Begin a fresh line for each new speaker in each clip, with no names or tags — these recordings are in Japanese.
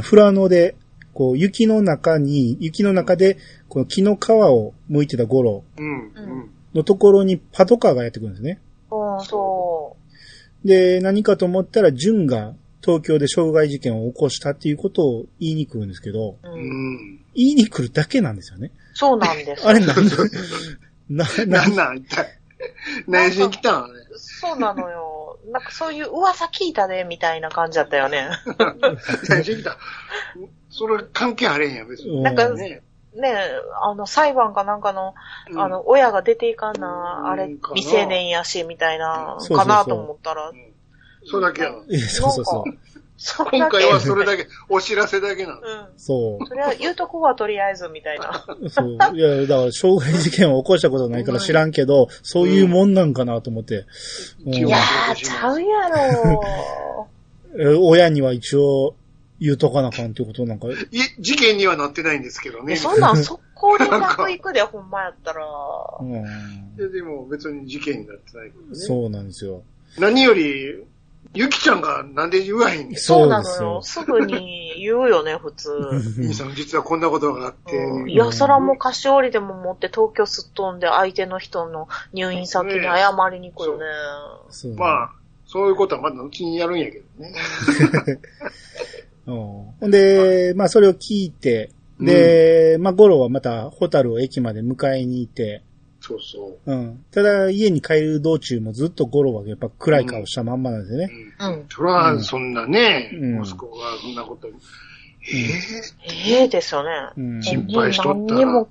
フラノで、こう、雪の中に、雪の中で、この木の皮を剥いてたゴロ
うん、うん。
のところにパトカーがやってくるんですね。
うん、そ
で、何かと思ったら、ジュンが東京で傷害事件を起こしたっていうことを言いに来るんですけど、
う。う、
うんん。
言いに来るだけなんですよね。
そうなんで す
あ。れなんでな、な
なんなん一体。何しに来 たんあれ。
そうなのよ。なんかそういう噂聞いたで、みたいな感じだったよね。
何しに来たんそれ関係あれへんやん、別に。
なん
か
うん
ね。
ねえあの、裁判かなんかの、
うん
あ、の、親が出ていかんな、あ
う
れ
んかな、
未成年やし、みたいな、
そうそうそう
かなと思ったら
う、んそれだけやん。
えそうそうそ
な
う。
それ
今
だけ
回はそれだけ、お知らせだけなの。
うん。
そ
それは言うとこはとりあえず、みたいな。
う。そう。いや、だから、傷害事件を起こしたことないから知らんけど、そういうもんなんかなと思って。うん
い
いやー、ちゃうやろ
え親には一応、言うとかなあかんっていうことなんか、
い事件にはなってないんですけど
ー。え
ね。
そんなん速攻連絡行くで、ほんまやったら。
うん。
いやでも別に事件になってないからね。
そうなんですよ。
何より、ゆきちゃんがなんで言わへんねん。
そうな
で
の
す
よ。。すぐに言うよね、普通。
兄さん、実はこんなことがあって。
うんいや、そらもう菓子折りでも持って東京すっ飛んで相手の人の入院先に謝りに行くよね。
そう
まあ、そういうことはまだ後にやるんやけどね。
うんほんで、まあそれを聞いて、で、まあゴロはまたホタルを駅まで迎えに行って、
そうそう。
うん。ただ家に帰る道中もずっとゴロはやっぱ暗い顔したまんまなんですよ
う
ね。
ん
うん。
それは、そんなね、
うん
息子がそんなこと、
ええですよね。
うん。
心配しとったら
何にも、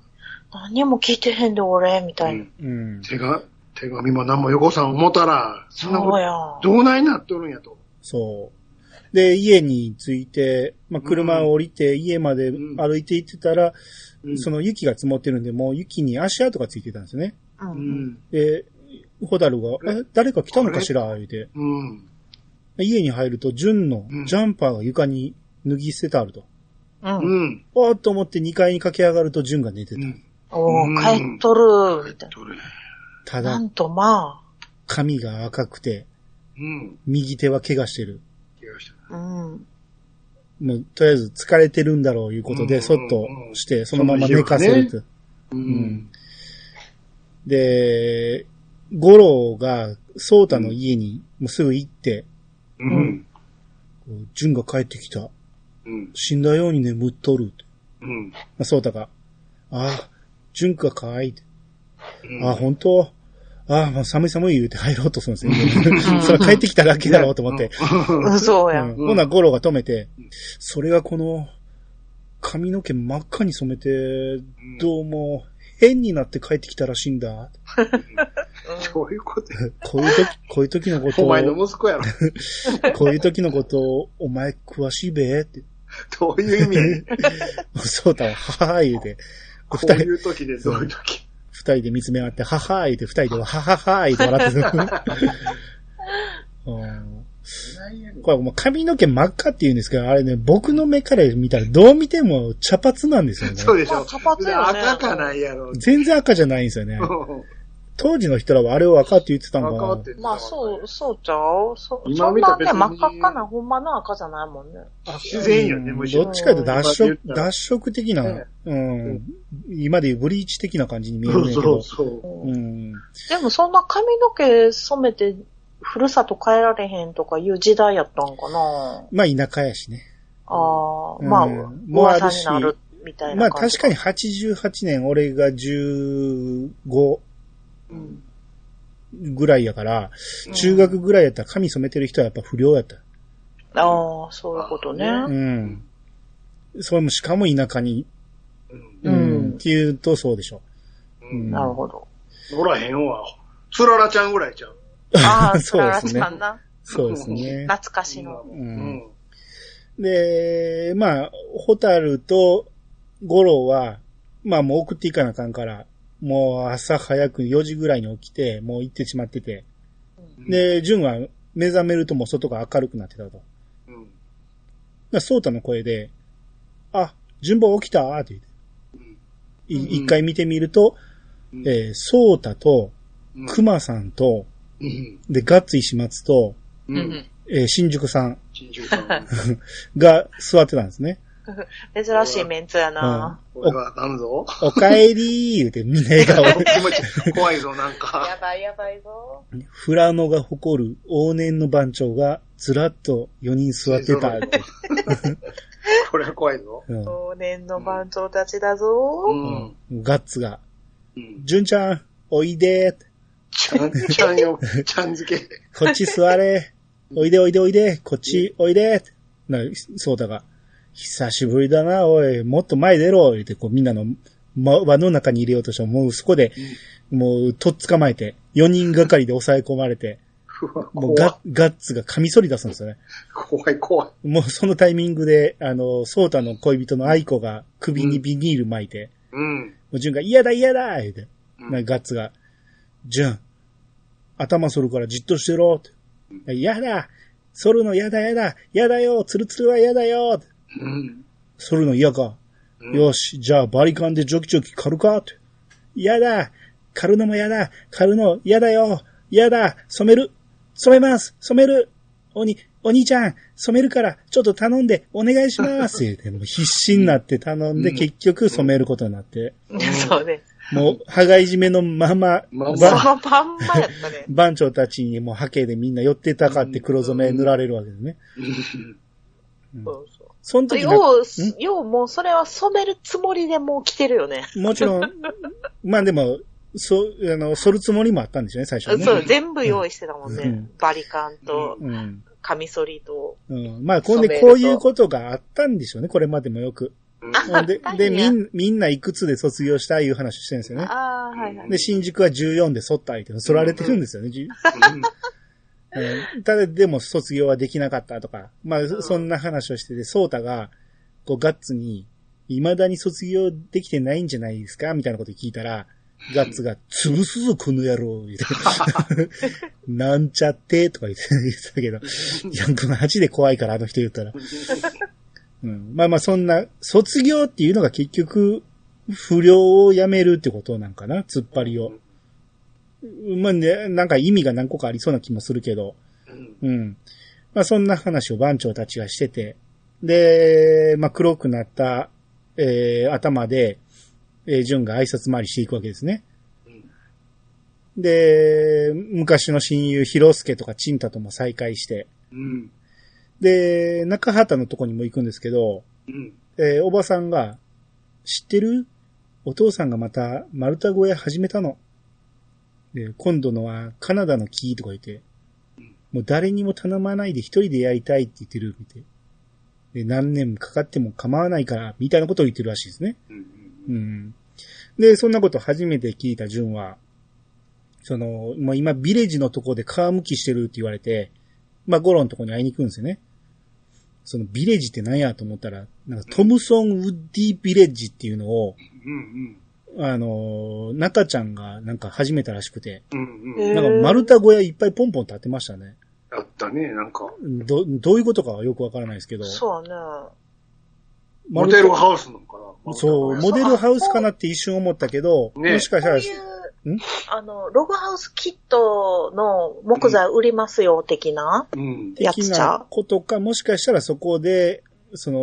何にも聞いてへんで俺、みた
う
いな。
ん
うん。
手が、手紙も何もよこさん思ったら、そんなこ
そう
と、
や。
どうないなっとるんやと。
そう。で、家に着いて、まあ車を降りて家まで
うん
歩いて行ってたら、
うん
その雪が積もってるんで、もう雪に足跡がついてたんですよね。
う。
うんん。
で、ホタルが、え、誰か来たのかしら言うて。
うん。
家に入ると、純のジャンパーが床に脱ぎ捨ててあると。
うん。うん。
うん。
おーっと思って2階に駆け上がると、純が寝てた。
うん。
お
うん
ー帰っとる、みたい
どれ
た
な。な
だ、
んとま
髪が赤くて、
うん。
右手は怪我してる。
怪我した
あ、うん。
もう、とりあえず疲れてるんだろういうこと
う
で、
ん
そっとして、そのまま寝かせると。
う
うん。で、ゴロが、ソータの家に、もうすぐ行って、
うん。
こう純が帰ってきた。
うん。
死んだように眠っとる。
うん。
まあソータが、ああ、純かかわいい。
うん
あ、本当あ、もう寒い寒い言うて入ろうとするんです よ。それは帰ってきただけだろうと思って。
そうや。
うんんほな、ゴロが止めて、それがこの、髪の毛真っ赤に染めて、どうも、変になって帰ってきたらしいんだ。
どういうことや
こう いう時、こういう時のこと
お前
を、
の息子やろ。
こういう時のことを、お前詳しいべって、
どういう意味や ねん
そうたは、ははー言うて、
こ
二
うい
人、
う時でどういう時。
二人で見つめ合って、ははー言うて、二人ではははー言うて笑って たうんこれもう髪の毛真っ赤って言うんですけど、あれね、僕の目から見たらどう見ても茶髪なんですよね。
そうでし
ま
ょ
あ。茶髪よね
赤かないやろ。
全然赤じゃないんですよね。当時の人らはあれを赤って言ってたの
赤
が
っ、て。
まあ、そう、そうちゃうそ、
今
そん
見た
な
ら別
ね、
に
真っ赤っかな、ほんまの赤じゃないもんね。
自然よね、むしろ。
どっちかというと脱
今
色
で、言ったら
脱色的な、
え
うん、今でいうブリーチ的な感じに見え
そ
るん
う
やけ
そ
ど
う、そう。
うん、
でもそんな髪の毛染めて、ふるさと帰られへんとかいう時代やったんかな
まあ田舎やしね。
ああ、
うん
まあ、
もうあ
噂
る
に
し
なるみたい
ま
な
あ
感
確
じ。
かに88年、俺が15
うん
ぐらいやから、
うん
中学ぐらいやったら髪染めてる人はやっぱ不良やった。
ああ、そういうことね。
う。
うん
それも、しかも田舎に、
う
うんん、っていうとそうでしょ。
うん
なるほど。
おらへんわ。つららちゃんぐらいちゃう。
あ あ、
そうですね
つららちゃんな。
そうですね。
懐かしの。
んで、まあ、ホタルとゴロは、まあもう送っていかなあかんから、もう朝早く4時ぐらいに起きて、もう行ってしまってて。
うん、
で、ジュンは目覚めるともう外が明るくなってたと。
うん
だソータの声で、あ、順番起きたって言って。い
うん
一回見てみると、
うん
えーソータと、
うん
クマさんと、
うん
で、ガッツ石松と、
うん
えー新宿さん
新宿さん。
が座ってたんです ね。
珍しいメンツやな。
俺はなんぞ。
おかえりー言うてみんな笑顔で。
気持ち怖いぞ、なん
や
か。
ばいやばいぞ。
フラノが誇る往年の番長がずらっと4人座ってた って。
これは怖いぞ。
うん
往年の番長たちだぞ。
う。
うんんガッツが、
うん。
純ちゃん、おいでー
ちゃん、ちゃんよ、ちゃん付け。
こっち座 れ。おいでおいでおいで。こっちおいで。な、そうだが。久しぶりだな、おい。もっと前出ろ。言って、こう、みんなの、ま、輪の中に入れようとしても、もうそこで、もう、とっ捕まえて、4人がかりで抑え込まれて、
うわ
もう
怖い
ガ、ガッツがカミソリ出すんですよね。
怖い、怖い。
もうそのタイミングで、あの、ソータの恋人の愛子が首にビニール巻いて、
うん。
もう、純が、嫌だ嫌だ言うて、
うん
なんかガッツが、純、頭反るからじっとしてろって。嫌だ反るの嫌だ嫌だ嫌だよツルツルは嫌だよ
うん。
反るの嫌か、
うん
よし、じゃあバリカンでジョキジョキ狩るかって。嫌だ狩るのも嫌だ狩るの嫌だよ嫌だ染める染めます染めるおに、お兄ちゃん、染めるから、ちょっと頼んで、お願いし ます言うてもう必死になって頼んで、
うん
結局染めることになって。
そうね。
もう、羽がいじめのまま、
まん
そ
ま
ば。
のまんまやったね
番長たちにもうハケでみんな寄ってたかって黒染め塗られるわけですね。
うん
そうそう。
その時なんか
よう、ようもうそれは染めるつもりでもう来てるよね。
もちろん、まあでも、そう、あの、剃るつもりもあったんでしょうね、最初は ね。
そう、全部用意してたもんね。
うん
バリカンと、
うん。
カミソリと。
うん、まあ、こんでこういうことがあったんでしょうね、これまでもよく。
あ
で
ったん、や
で、みん、みんないくつで卒業したいう話してるんですよね。
ああ、はいはい。
で、新宿は14で剃った相手が剃られてるんですよね。じゅうんただ、でも卒業はできなかったとか、まあ、そそんな話をしてて、ソータが、こう、ガッツに、未だに卒業できてないんじゃないですかみたいなこと聞いたら、ガッツが、潰すぞ、この野郎言うて なんちゃって、とか言って言ってたけど、いや、この8で怖いから、あの人言ったら。うん、まあまあ、そんな、卒業っていうのが結局、不良を辞めるってことなんかな突っ張りを。まあね、なんか意味が何個かありそうな気もするけど。
うん
うん。まあそんな話を番長たちがしてて、で、まあ黒くなった、えー頭で、えー、淳が挨拶回りしていくわけですね。
うん
で、昔の親友、広介とか陳太とも再会して、
うん。
で、中畑のとこにも行くんですけど、
うん。
えーおばさんが、知ってるお父さんがまた丸太小屋始めたの。で、今度のはカナダの木とか言って
ん、
もう誰にも頼まないで一人でやりたいって言ってる、みたいで、何年もかかっても構わないから、みたいなことを言ってるらしいですね。
うん。
うん。で、そんなこと初めて聞いた純は、その、まあ、今、ビレッジのとこで皮むきしてるって言われて、まあ、ゴロのとこに会いに行くんですよね。その、ビレッジって何やと思ったら、なんか、トムソン・ウッディ・ビレッジっていうのを、
うん。
あのー、中ちゃんがなんか始めたらしくて、
うん。
へ
うん。
ー
なんか丸太小屋いっぱいポンポン立てましたね。
あったね、なんか。
ど、どういうことかはよくわからないですけど。
そうや
モ
丸
デ
太
ルハウスなのかな
そう、モデルハウスかなって一瞬思ったけど、
ね
もしか
ね。
した
こう
ら、
い
ん
う、あの、ログハウスキットの木材売りますよ、的な。
うん。
やつ
的
ちゃう
なことか、もしかしたらそこで、その、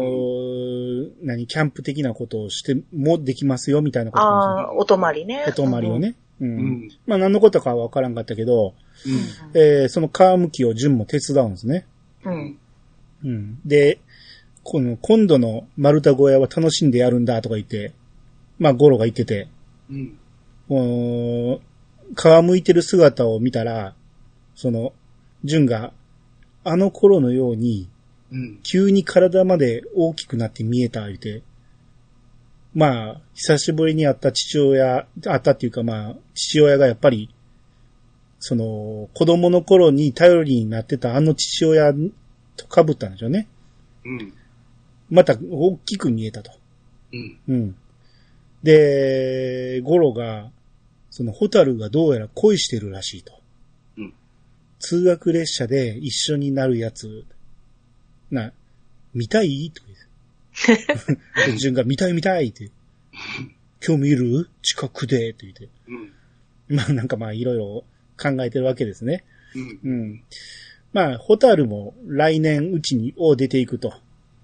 何、キャンプ的なことをしてもできますよ、みたいなことか
ああ、お泊まりね
も。しれないお泊まりを。ね。う。
うんん。
まあ、何のことかはわからんかったけど、
うん。
えー、その皮むきを純も手伝うんですね。
うん。
うん。で、この、今度の丸太小屋は楽しんでやるんだ、とか言って、まあ、ゴロが言ってて、
うん。
この、皮むいてる姿を見たら、その、純が、あの頃のように、
うん。
急に体まで大きくなって見えた、言うて。まあ、久しぶりに会った父親、会ったっていうかまあ、父親がやっぱり、その、子供の頃に頼りになってたあの父親と被ったんでしょうね。
うん。
また大きく見えたと。
うん。
うん。で、ゴロが、その、ホタルがどうやら恋してるらしいと。
うん
通学列車で一緒になるやつ、な、見たいとか言っ て。順が、見たい見たいって。今日見る近くでって言って。
うん。
まあなんかまあいろいろ考えてるわけですね。
うん。
うん。まあ、ホタルも来年うちに、を出ていくと。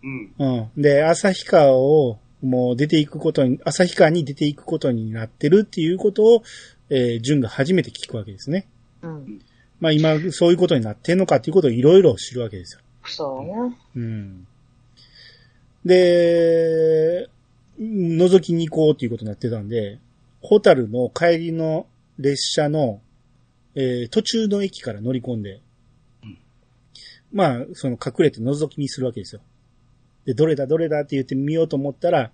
うん。
うん。で、旭川を、もう出ていくことに、旭川に出ていくことになってるっていうことを、えー、純が初めて聞くわけですね。
うん。
まあ今、そういうことになってんのかっていうことをいろいろ知るわけですよ。
そうね。
うん。で、覗きに行こうっていうことになってたんで、ホタルの帰りの列車の、えー途中の駅から乗り込んで、まあ、その隠れて覗き見するわけですよ。で、どれだどれだって言って見ようと思ったら、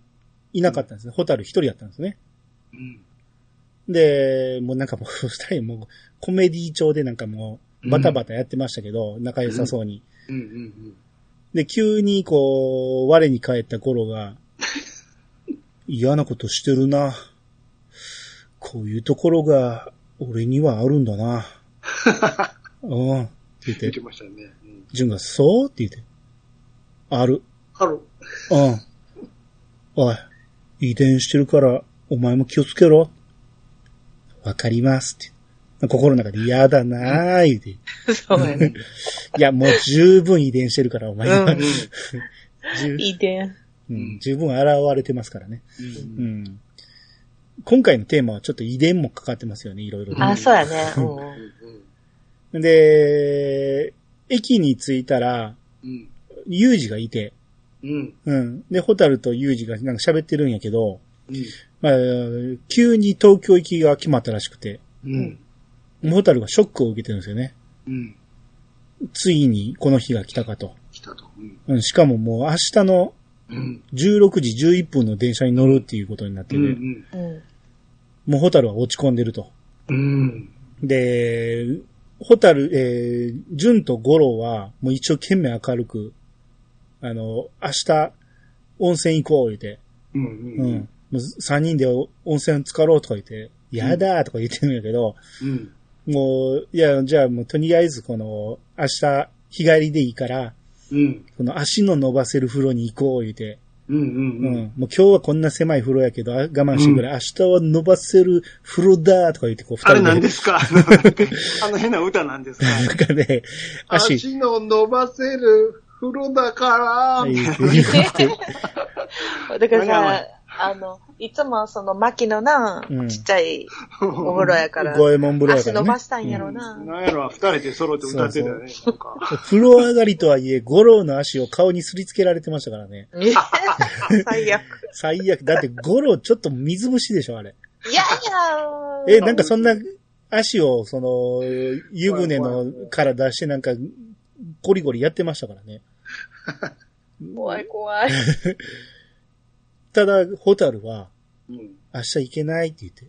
いなかったんですね。ホタル一人やったんですね。
うん。
で、もうなんかもう二人もうコメディ調でなんかもうバタバタやってましたけど、仲良さそうに。
うん。うん。
で、急にこう、我に返った頃 が、嫌なことしてるな。こういうところが、俺にはあるんだ な。うん。って言って
出て、ましたね。うん。
純が、そうって言って、ある。
あ
う
る。
ん。おい、遺伝してるから、お前も気をつけろ。わかりますって。心の中で嫌だなー言うて。い
そうやね。
や、もう十分遺伝してるから、お前
う
は
ん。
十分
いいで。
うん、十分現れてますからね。
うん。
うん。今回のテーマはちょっと遺伝もかかってますよね、いろいろと。
あ、そうやね。うん
う
うん
ん。
で、駅に着いたら、
うん。
ユージがいて、
うん。
うん。で、ホタルとユージがなんか喋ってるんやけど、
うん。
まあ、急に東京行きが決まったらしくて、
うん。
ホタルがショックを受けてるんですよね。
うん。
ついにこの日が来たかと。
来たと。うん。
うん、しかももう明日の
うん。
16時11分の電車に乗るっていうことになって
う
て、
ん。
うん。
もうホタルは落ち込んでると。
うん。
で、ホタル、えー、純とゴロは、もう一生懸命明るく、あの、明日、温泉行こう、言うて、
う
うん。
ん。
もう三人で温泉浸かろうとか言って、やだーとか言ってるんやけど、
うん。
もう、いや、じゃあもうとりあえずこの、明日、日帰りでいいから、
うん。
この足の伸ばせる風呂に行こう、言うて、
うん。
うん。
うん。
もう今日はこんな狭い風呂やけど、あ我慢してくれ、明日は伸ばせる風呂だーとか言って、こう、二
あれ
人
何
で
で、すかあの変な歌なんですか
なんかね、足、
足の伸ばせる風呂だから、
だから
わが
さ、あの、いつもその、薪のな
う、ん
ちっちゃいお風呂やから、
五右衛門風呂やか
足
ら
伸
ね
ば。したんやろな。
なんやろ、二人で揃って歌ってたよね。なんか
風呂上がりとはいえ、五郎の足を顔にすりつけられてましたからね。
最悪。
最悪。だって五郎ちょっと水虫でしょ、あれ。
いやいや
え、なんかそんな足を、その、湯船のから出してなんか、ゴリゴリやってましたからね。
怖い怖い。
ただ、ホタルは、
うん
明日行けないって言って。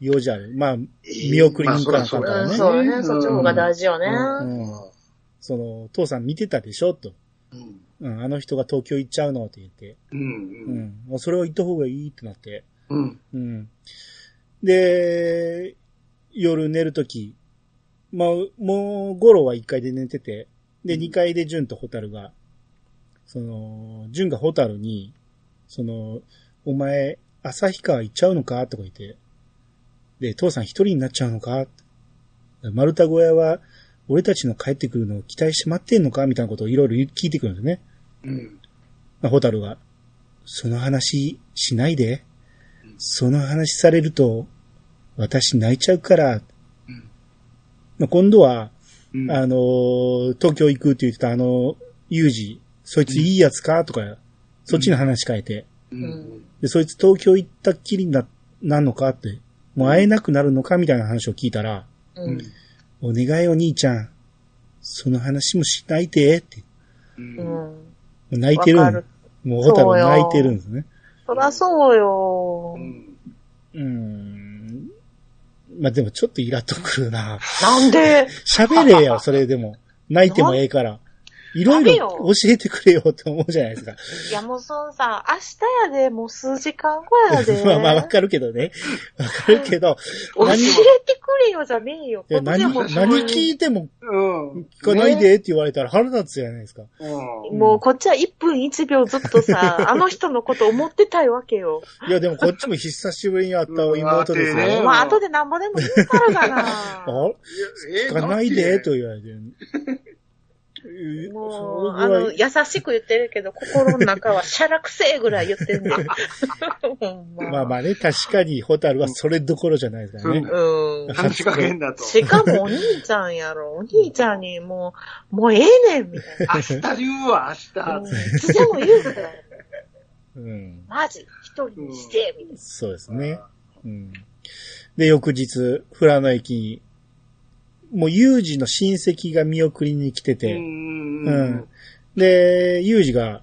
用事ある。まあ、見送りに行かなかった
ま
か
あ
ら
うん
ね。
そうね、そっちの方が大事よね。
うんその、父さん見てたでしょと。
うん。
うん、あの人が東京行っちゃうのって言って。
うん。
う
うん。
ん。もうそれを言った方がいいってなって。
うん。
うん。で、夜寝るとき、まあ、もう、ゴロは1階で寝てて、で、
うん
2階でジュンとホタルが、その、ジュンがホタルに、その、お前、旭川行っちゃうのかとか言って、で、父さん一人になっちゃうのか丸太小屋は、俺たちの帰ってくるのを期待して待ってんのかみたいなことをいろいろ聞いてくるんですね。
うん。
まあ、ホタルが、その話しないで。その話されると、私泣いちゃうから、まあ、今度は、
うん。
あのー東京行くって言ってたあの、ユージ、そいついいやつかとか、そっちの話変えて、
うん。
で、そいつ東京行ったっきりな、なんのかって、もう会えなくなるのかみたいな話を聞いたら、
うん
お願いお兄ちゃん、その話もしないで、って。も
う
う
ん。
ん。
う泣いてるん
わかる
もうホタルは泣いてるんですね。
そらそうよ。
うーん。まあ、でもちょっとイラっとくるな。
なんで
喋れよ、それでも。泣いてもええから。いろい
ダメ
ろ
よ
教えてくれよって思うじゃないですか。
いや、もうそんさ、明日やで、もう数時間後やで。
まあまあわかるけどね。わかるけど、
教え
何
てくれよじゃねえよ。
いや
こっち
何、
は
何
もう
これ
聞いても
うん。
聞かないでって言われたら腹立つじゃないですか。
うん。
もうこっちは1分1秒ずっとさ、あの人のこと思ってたいわけ よ。
いやでもこっちも久しぶりに会った妹です
うん
よ。
まあ後でなんぼでも言うからだ
あ
な。
聞かないでと
いう。
言われて。
もう、
それ
あ
ぐらい
の、優しく言ってるけど、心の中はシャラくせえぐらい言っ てんねん。ほんま。
まあまあね、確かに、ホタルはそれどころじゃないですからね。
うん。
話しかけんだと。
しかもお兄ちゃんやろ。お兄ちゃんにもう、もうええねん、みたい
明
な。
日言うわ、明
うん
日。
いつでも言うことや
うん。
マジ、一人にして、 みたい
そうですね。うん。で、翌日、フラの駅に、もう、ユージの親戚が見送りに来て
う
て、
ん。
うんで、ユージが、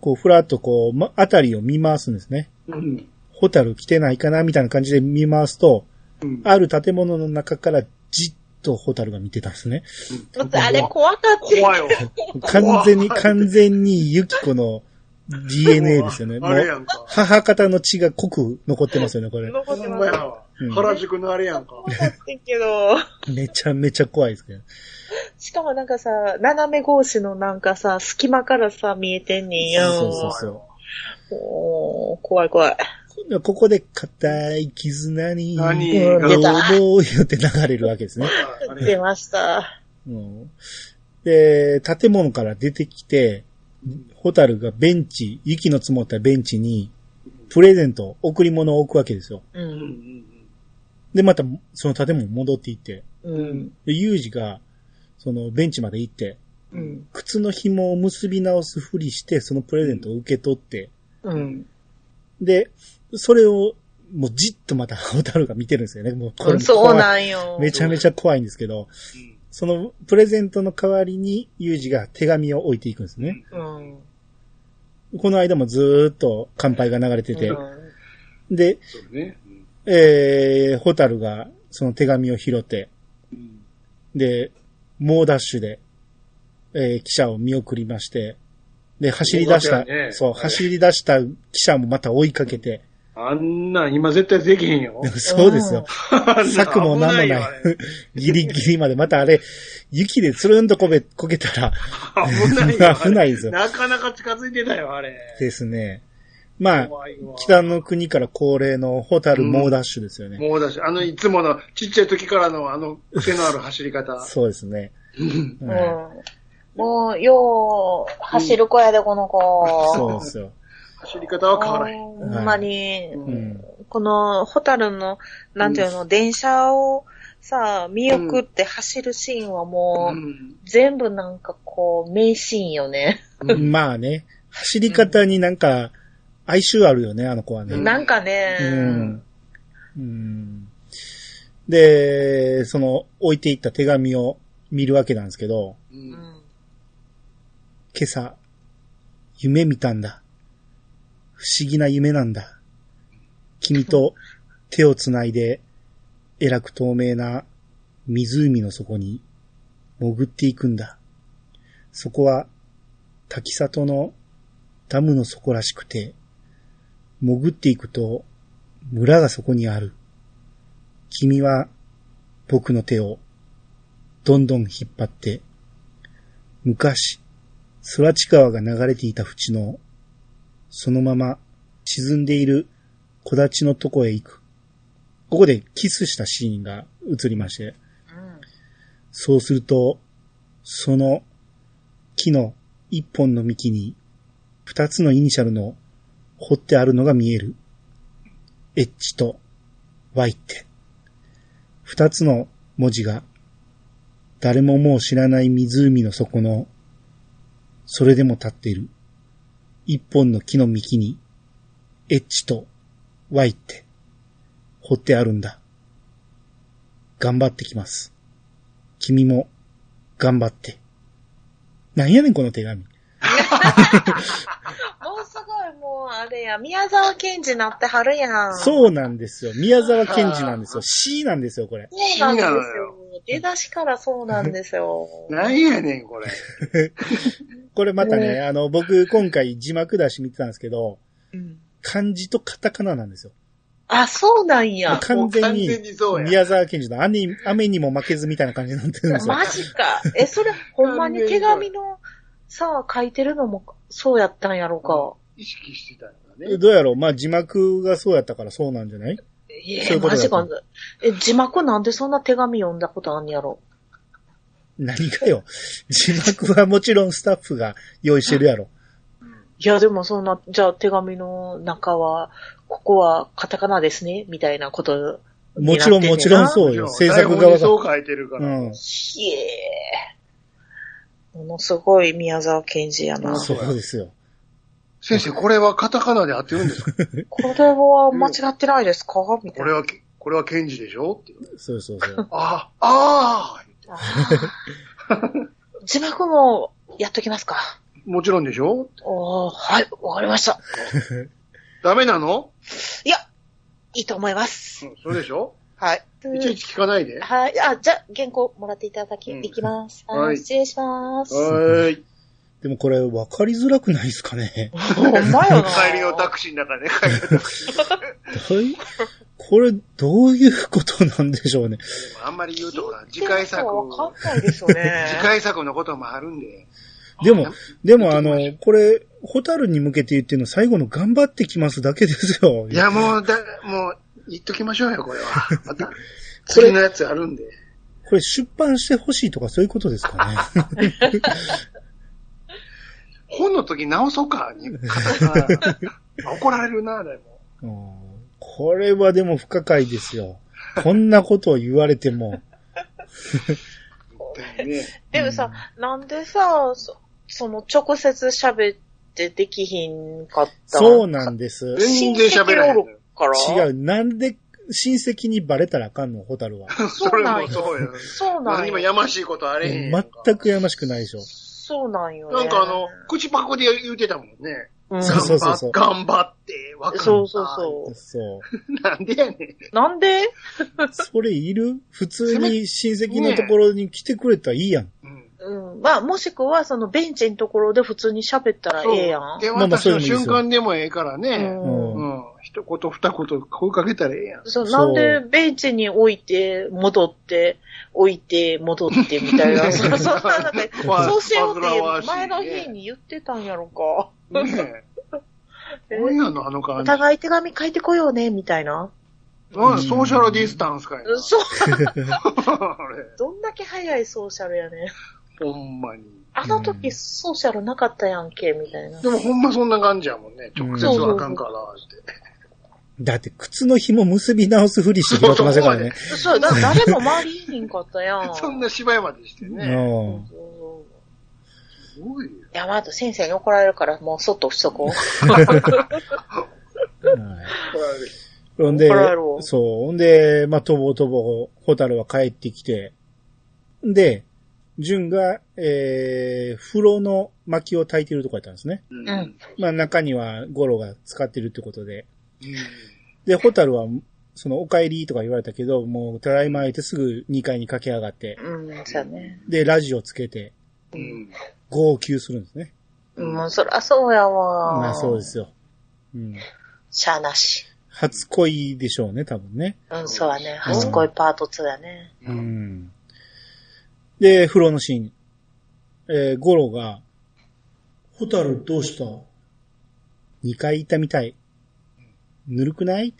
こう、ふらっとこう、ま、あたりを見回すんですね。
うん。
ホタル来てないかなみたいな感じで見回すと、
うん
ある建物の中からじっとホタルが見てたんですね。
な。あれ怖かったよ。
怖いわ。
完全に、
怖い
完全にユキコの DNA ですよね。も
あれや
う、
んか。
母方の血が濃く残ってますよね、これ。
残
ほ
って
ん
ま
まや
す。
わ
うん
原宿のあれやんか。
怖かったけど。
めちゃめちゃ怖いですけど。
しかもなんかさ、斜め格子のなんかさ、隙間からさ、見えてんねんやん。
そうそうそう。
おー怖い怖い。
ここで固い絆に、
何
どうどう言って流れるわけですね。
あれ
出ました。
うんで、建物から出てきて、ホタルがベンチ、雪の積もったベンチに、プレゼント、贈り物を置くわけですよ。
う
うんうん
ん。
で、また、その建物に戻っていって、
う
うんん。
でユージが、そのベンチまで行って、
うん。
靴の紐を結び直すふりして、そのプレゼントを受け取って、
うん。
で、それを、もうじっとまたホタルが見てるんですよね。もうこれ
そうなんよ。
めちゃめちゃ怖いんですけど、そのプレゼントの代わりに、ユージが手紙を置いていくんですね。
うん。
この間もずーっと乾杯が流れてて
う、ん
で、
そうね。うん
えー、ホタルがその手紙を拾って、で、猛ダッシュで、えー、記者を見送りまして、で、走り出した、
よかったよね
そう、
はい
走り出した記者もまた追いかけて、
あんなん今絶対できへんよ。
そうですよ。策も何もない
危よあれ
ギリギリまで、またあれ、雪でつるんとこべ、こけたら、
危ないよあ
危
れ
ないですよ
なかなか近づいてたよ、あれ。
ですね。まあ、
怖いわ
北の国から恒例のホタル猛ダッシュですよね。
もうだし、あの、いつもの、ちっちゃい時からの、あの、癖のある走り方。
そうですね。
うん
うん
うん。もう、よう、走る子やで、この子。
そうですよ。
走り方は変わらへん。
ほんまに、
う
うんん。
この、ホタルの、なんていうの、電車をさ、見送って走るシーンはもう、
うん
全部なんかこう、名シーンよね。
うん
まあね、走り方になんか、哀愁あるよね、あの子はね。
うん
なんかね、
うん。うん。で、その、置いていった手紙を見るわけなんですけど、
う
うんん
今朝、夢見たんだ。不思議な夢なんだ。君と手をつないで、えらく透明な湖の底に潜っていくんだ。そこは、滝里のダムの底らしくて、潜っていくと村がそこにある。君は僕の手をどんどん引っ張って、昔、空地川が流れていた淵の、そのまま沈んでいる小立のとこへ行く。ここでキスしたシーンが映りまして、そうすると、その木の一本の幹に二つのイニシャルの彫ってあるのが見える。エッチと Y って。二つの文字が誰ももう知らない湖の底のそれでも立っている。一本の木の幹に、エッチと Y って、掘ってあるんだ。頑張ってきます。君も、頑張って。なんやねん、この手紙。
もうすごいもうあれや、宮沢賢治なってはるやん。う。
そうなんですよ。宮沢賢治なんですよ。C なんですよ、これ。
そうなんです
そうなの
よ。もう出だしからそうなんですよ。
なんやねん、これ。
これまたね、
ね
あの、僕今回字幕出し見てたんですけど、
うん
漢字とカタカナなんですよ。
あ、そうなんや。
完全に
もう完全にそうや。
宮沢賢治の雨に雨にも負けずみたいな感じになってるんですよ。
マジか。え、それ、ほんまに手紙の、さあ、書いてるのも、そうやったんやろか。
意識してたんだね。
どうやろうまあ字幕がそうやったからそうなんじゃない
え
そうい
ー、
うこと
マ
だ
ジか。え、字幕なんでそんな手紙読んだことあんやろ。
何かよ。字幕はもちろんスタッフが用意してるやろ。
いや、でもそんな、じゃあ手紙の中は、ここはカタカナですね、みたいなこと
もちろんもちろんそうよ。制作側
が。台本に
が。
そう書いてるか
う
ら。
ん。
ひえー。ものすごい宮沢賢治やな。
そうですよ。
先生、これはカタカナで合ってるんです か
これは間違ってないですかみた
こ
い
れ
な。
はけ、これは検事でしょって言う
そうそうそう。
ああ、ああ
あー 字幕もやっときますか。
もちろんでしょ
おー、はい、わかりました。
ダメなの
いや、いいと思います。
うん、そうでしょ
はい。
いちいち聞かないで。は
はい。あ、じゃあ、原稿もらっていただき、
うん
いきます。
は
はいい。失礼します。ほ
ーい。
でもこれ分かりづらくないですかね。
んまよな。
帰りのタクシーの中で、ね、帰りのタクシ
はいこれどういうことなんでしょうね。
ーもあんまり言うと、ほ ら、次回作、
わかんないですよね。
次回作のこともあるんで。
でも、でもあの、これ、ホタルに向けて言ってるの最後の頑張ってきますだけですよ。
いや、もう、だ、もう、言っときましょうよ、これは。ま た、
これ
次のやつあるんで。
これ出版してほしいとかそういうことですかね。
本の時直そうか、に 怒られるな、でも。
うんこれはでも不可解ですよ。こんなことを言われても。
ね、
でもさ、なんでさ、そその、直接喋ってできひんかった
そうなんです。
全然喋らへん
親戚おるから。
違う。なんで親戚にバレたらあかんの、ホタルは。
それもそうや。
そうなん
何も
よ。
やましいことあれへんやんか。
全くやましくないでしょ。
そうなんよ、ね。
なんかあの、口パクで言うてたもんね。
うん、
そうそうそうそう
頑張って、わかった。
そうそうそう
そう。
なんでやねん。
なんで
それいる普通に親戚のところに来てくれたらいいやん。
うん
うん。まあ、もしくは、その、ベンチのところで普通に喋ったらええやん。
手
まあまあ
渡
そ
し
ういうのい
の
いですよ
瞬間でもええからね。
うん
う
うんん。一言二言声かけたらええやん。
そう、
そう
なんで、ベンチに置いて、戻って、置いて、戻って、みた いな。そそんな、だって、
わ
そうしようっ
煩わしい
て、
ね
前の日に言ってたんやろか。
ねえ。何やのあの
お
感じ。
互い手紙書いてこようね、みたいな。
なんソーシャルディスタンスかいな。
そう、
あれ
どんだけ早いソーシャルやねん。
ほんまに。
あの
うん
時ソーシャルなかったやんけ、みたいな。
でもほんまそんな感じやもんね。直接はあかんから、って。
だって靴の紐結び直すふりして拾ってませんからね。
そう、だ誰も周りいひんかった やん。
そんな芝居までしてね。
う
そうんそうそう
すごいよ。
山と先生に怒られるから、もうそっとしとこう。
はいほんで
怒られる、わ
そう。ほんで、まあ、とぼとぼ、ホタルは帰ってきて、で、ジュンが、えー、風呂の薪を焚いてるとこやったんですね。
うん。う
う
んん。
まあ、中にはゴロが使ってるってことで。で、ホタルは、その、お帰りとか言われたけど、もう、ただいま言ってすぐ2階に駆け上がって、
うん、そうやね。
で、ラジオつけて、
うん。
号泣するんですね。
もうそらそうやわ。
まあ、そうで。すよ。うん。
しゃあなし。
初恋でしょうね、多分ね。
うん、そうやね。初恋パート2やね。
う
うん
ん。で、風呂のシーン。えー、ゴロが、ホタルどうした二回行ったみたい。ぬるくない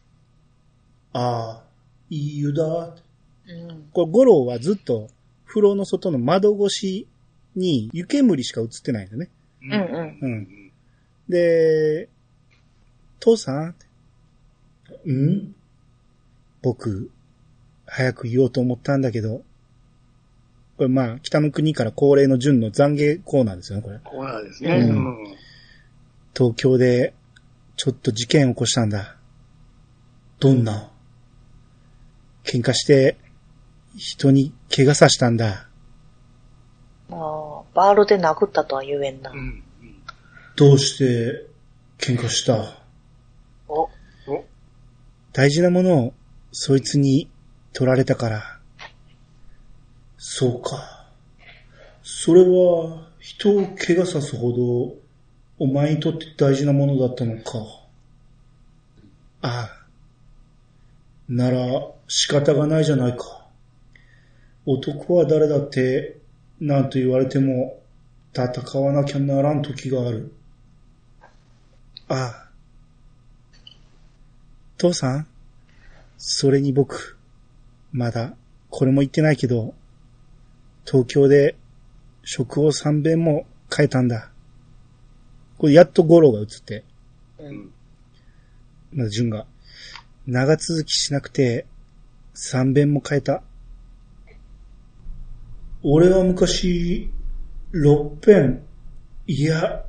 ああ、いい湯だ。
うん。
これ、ゴロはずっと、風呂の外の窓越しに湯煙しか映ってないんだね。
うんうん。
うん。で、父さんうん僕、早く言おうと思ったんだけど。これまあ、北の国から恒例の純の懺悔コーナーですよね、これ。
コーナーですね。
う
うんん。
東京で、ちょっと事件起こしたんだ。どんな喧嘩して、人に怪我さしたんだ。
まあ、バールで殴ったとは言えんな
う。ん。
どうして、喧嘩した
お、
お
大事なものをそいつに取られたから、そうか。それは、人を怪我さすほど、お前にとって大事なものだったのか。ああ。なら、仕方がないじゃないか。男は誰だって、なんと言われても、戦わなきゃならん時がある。ああ。父さんそれに僕、まだ、これも言ってないけど、東京で、食を三遍も変えたんだ。これやっと五郎が映って、
うん。
まず順が。長続きしなくて、三遍も変えた。俺は昔、六遍、いや、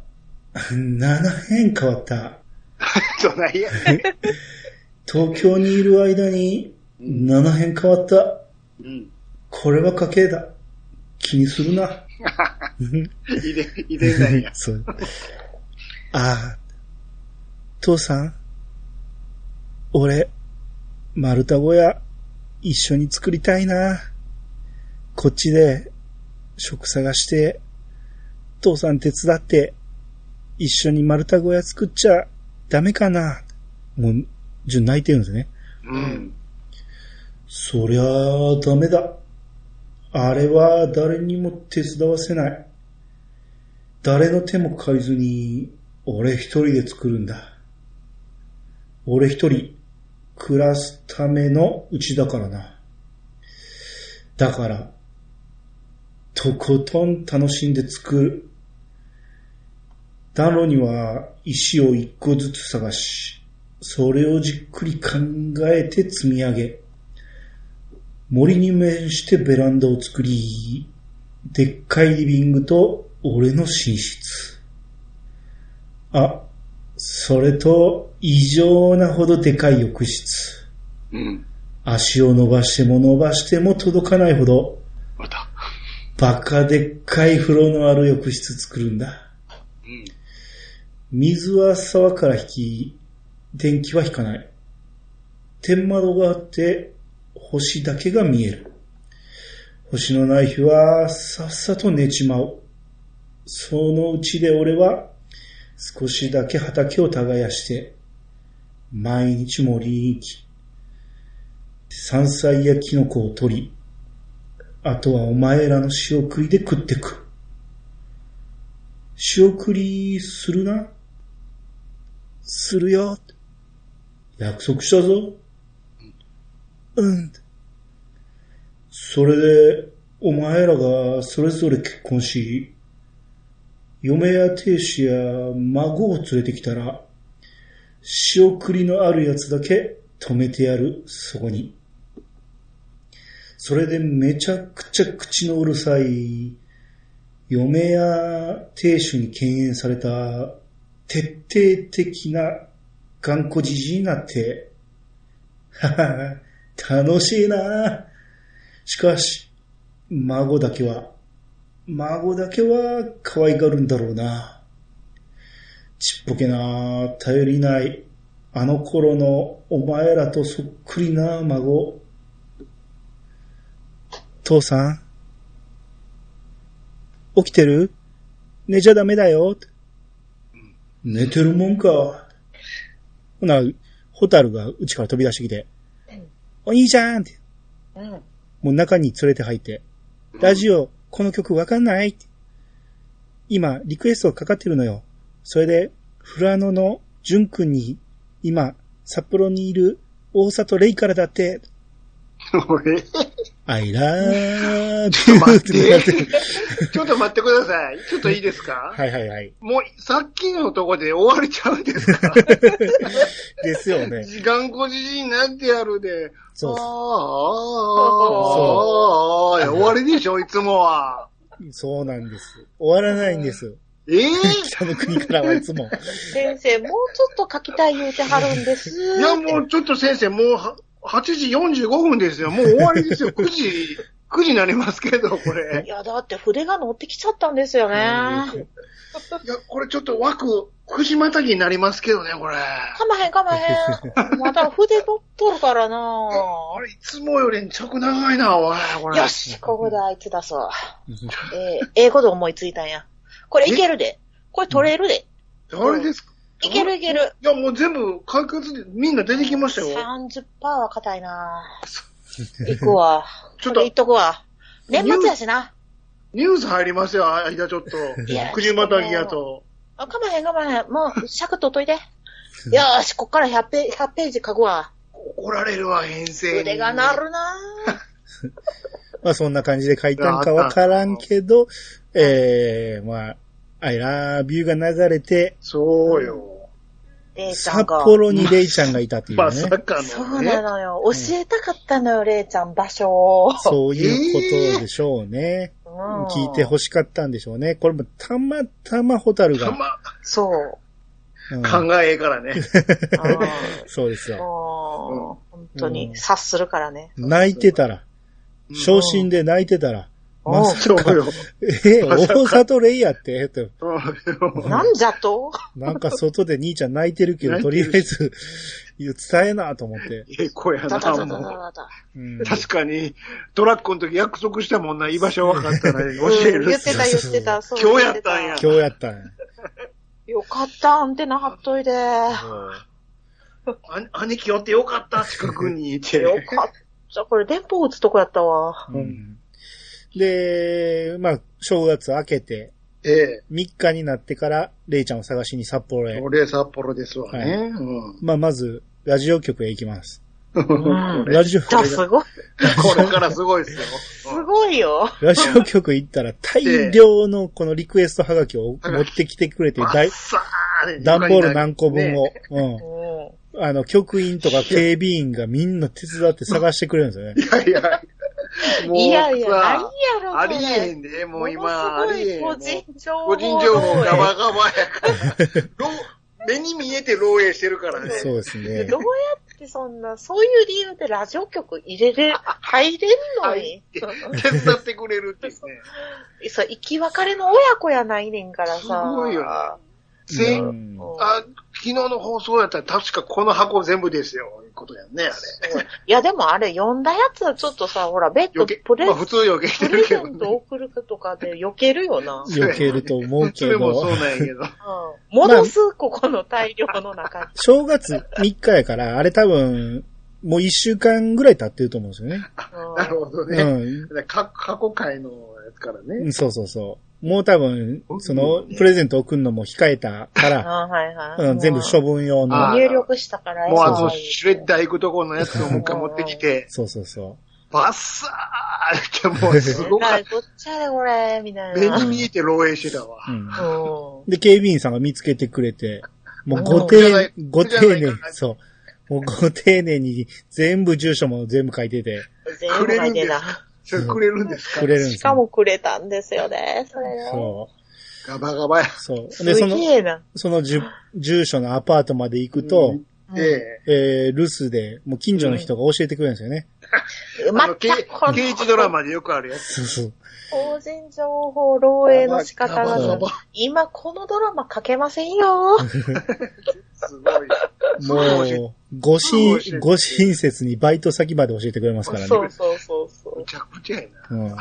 七遍変わった。
どないや。
東京にいる間に、七遍変わった。
うん。
これは家計だ。気にするな。。
遺伝、遺伝なんや
そう。 ああ、父さん、俺、丸太小屋、一緒に作りたいな。こっちで、食探して、父さん手伝って、一緒に丸太小屋作っちゃダメかな。もう、じゅん泣いてるんですね。
うん。
そりゃあ、ダメだ。あれは誰にも手伝わせない。誰の手も借りずに、俺一人で作るんだ。俺一人、暮らすためのうちだからな。だから、とことん楽しんで作る。暖炉には石を一個ずつ探し、それをじっくり考えて積み上げ、森に面してベランダを作り、でっかいリビングと俺の寝室。あ、それと異常なほどでかい浴室。
うん。
足を伸ばしても伸ばしても届かないほど、
また。
バカでっかい風呂のある浴室作るんだ。
うん。
水は沢から引き、電気は引かない。天窓があって、星だけが見える。星のない日は、さっさと寝ちまう。そのうちで俺は、少しだけ畑を耕して、毎日森に行き、山菜やキノコを取り、あとはお前らの仕送りで食ってく。仕送りするな。するよ。約束したぞ。うん。それで、お前らがそれぞれ結婚し、嫁や亭主や孫を連れてきたら、仕送りのあるやつだけ止めてやる、そこに。それでめちゃくちゃ口のうるさい、嫁や亭主に敬遠された徹底的な頑固じじいになって、 はは、楽しいなしかし、孫だけは、孫だけは可愛がるんだろうな。ちっぽけな、頼りない、あの頃のお前らとそっくりな孫。父さん起きてる寝ちゃダメだよ。寝てるもんか。ほな、ホタルがうちから飛び出してきて、お兄ちゃんって、
うん。
もう中に連れて入って、ラジオ、この曲わかんないって今、リクエストかかってるのよ。それで、フラノのジュン君に、今、札幌にいる大里レイからだって、
俺、ち
I love
ょっと
you っ
待
てなって
って。ちょっと待ってください。ちょっといいですか
はいはいはい。
もう、さっきのとこで終われちゃうんですか
ですよ ね。
時間ごじじになってやるで。
そう
あ
っ
ー
す
あー、あーあー、いや終わりでしょ、いつもは。
そうなんです。終わらないんです。
ええ
北の国からはいつも。
先生、もうちょっと書きたい言うてはるんです。
いや、もうちょっと先生、もうは8時45分ですよ。もう終わりですよ。9時、9時になりますけど、これ
い。や、だって筆が乗ってきちゃったんですよね。
いや、これちょっと枠、藤またぎになりますけどね、これ。
かまへんかま へん。まだ筆取っとるからな
あれ、いつもより直長いな、おい、これ。
よし、ここであいつ出そう。えー、英語で思いついたんや。これいけるで。これ取れるで。
誰ですか
いけるいける。
いや、もう全部、解決で、みんな出てきましたよ。
30%は硬いな行くわ。
ち
ち
ょ
ょ
っと
っと。行っとくわ。年末やしな。
ニュース入りますよ、間ちょっと
い
や。
藤またぎやと。
あ、かまへんかまへん。もう、尺取っといて。よーし、こっから100ペ ,100 ページ書くわ。
怒られるわ、編成に。
腕がなるな
まあそんな感じで書いたんかわからんけど、ええまあ、I love you が流れて、
そうよ。
レイちゃん
札
が。
幌にレイちゃんがいたっていう
ま
ね
さ。か
そ
の
う
ね
な。のよ。教えたかったのよ、レイちゃん、場所を。
そういうことでしょうね。
うん
聞いてほしかったんでしょうね。これもたまたまホタル
た
が。
ま、
そう。
うん
考えええからね。
う
そうです
ん
よ。
もう、本当
うん
に、察するからね。
泣いてたら、昇進で泣いてたら、
うん
まさ
そう
か、
よ。
え、大里レイやって、と
そうよ。
なんじゃと
なんか外で兄ちゃん泣いてるけど、
泣
と
い
り
て
あ
る
えず、いや伝えなと思って。
ええ子や
だだだ
な、
だ
も
だ
う。
だだ。
うん
確かに、トラックの時約束したもんな、居場所分かったら教え
う
る
ん言ってた、言ってた。そう
今日やったんや
今日やったんや。
よかった、アンテナ張っといて。よ
あ兄貴おってよかった、近くにいて。
かった。これ、電報打つとこやったわ。
うんで、まあ、正月明けて、
ええ。
3日になってから、レイちゃんを探しに札幌へ。
俺、札幌ですわ
は
ね。うん
まあ、まず、ラジオ局へ行きます。
うん。
ラジオ、
じゃあ、すごい、
これからすごいです
す
よ。
ごいよ。
ラジオ局行ったら大量のこのリクエストハガキを持ってきてくれて、だい
さあね
段ボール何個分
ね
を、うん
う。ん。
あの、局員とか警備員がみんな手伝って探してくれるんですよね。
いやいや。もう
いやいや、
さ
何やろ、これ。
ありえへんで、もう今、あ
ものす
りえへん。
ご
も
い個
う
人情報。
個人情報ガバガバやから。ろ目に見えて漏洩してるからね。
そうですね
ど。うやってそんな、そういう理由でラジオ局入れれ、入れんのに。
手伝ってくれるっ ていうね。
そう、生き別れの親子やないねんからさ。
すごいよな。
う
全員
ん
あ、昨日の放送やったら確かこの箱全部ですよ、いうことやんね、あれ。
いや、でもあれ、呼んだやつはちょっとさ、ほら、別途
余計、
プレ,、
まあ普通余計して
プ
る
レ
け
ゼ
ど
ン
ね
ト。送るとかで避けるよな。
避けると思う
そ
け
れもそう
ど、
なんやけど。
うん、戻す、ここの大量の中に。
正月3日やから、あれ多分、もう1週間ぐらい経ってると思うんですよね。
うん
なるほどね。
う
か過去回のやつから
ん。
ね。
そうそうそう。もう多分、その、プレゼント送るのも控えたか
あ
ら、
はいはい。
うん、全部処分用
あ
の。
入力したから
もうあ
そ
の、
う
シュレッダー行くところのやつをもう一回持ってきて、
そうそうそ
バッサーってもうすごかっ
えらいこっちゃでこれ、みた
た。
い
目
な。
に見えて漏洩してたわ
う。う。ん。
うん
で、警備員さんが見つけてくれて、もうご
うん
丁寧、ご丁
じゃ
寧
ないか、
そう。もうご丁寧に全部住所も全部書いてて、
全 部書いてな。
それくれるんですか
くれるんですよ
しかもくれたんですよね、それを。
そ
ガバガバ
う。
や。
そう。
す
で、その、
げえな。
その住住所のアパートまで行くと、
ええ。
えー、留守で、もう近所の人が教えてくれるんですよね。
あ
ま
の、
た
け
この
刑事ドラマでよくあるやつ。
そうそう。
個人情報漏洩の仕方
やばいや
が
ば、
今このドラマ書けませんよ。
すごい。
もう、ご
そう教えて
親、ご親切にバイト先まで教えてくれますからね。
そうそうそうそ
むちゃくちゃやな。
うん。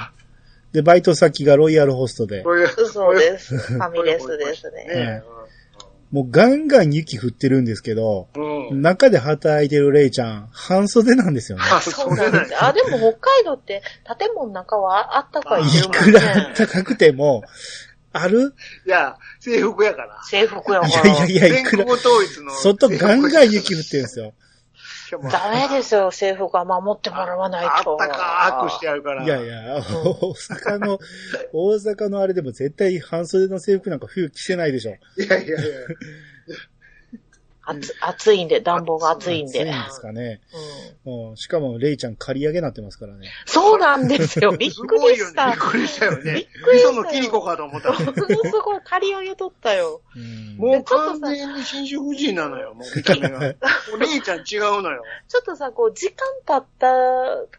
で、バイト先がロイヤルホストで
こ、れ
う。そ うです。ファミレスですね。
ね
もうガンガン雪降ってるんですけど、
うん。
中で働いてるレイちゃん、半袖なんですよね。
あ、
そ
そうれ
なん
な
で
い
す。よ。あ、でも北海道って建物の中はあったかい
い
ですも
く
んね。
ら暖かくても、ある
いや、制服やから。
制服やか
いや
ら。
いやいや、い
全
くら
国、統一の。
外ガンガン雪降ってるんですよ。
しかも
ダメですよ、制服は守ってもらわない
あ
と。
ったかーくしてやるから。
いやいや、大阪の、大阪のあれでも絶対半袖の制服なんか冬着せないでしょ。
いやいやいや。
暑暑いんで、暖房が暑いんで。
暑いんですかね。
うん
うん、しかも、レイちゃん刈り上げなってますからね。
そうなんです よ。びっ
す
く
ご
り
いよ
し。
ね。びったくりしたよ
びっ
ね。
くりしたよ
磯野キリコかと思ったら。
すごい、借り上げとったよ。
うん、
もう完全に新宿人なのよ、もう見た目が。もうレイちゃん違うのよ。
ちょっとさ、こう、時間経った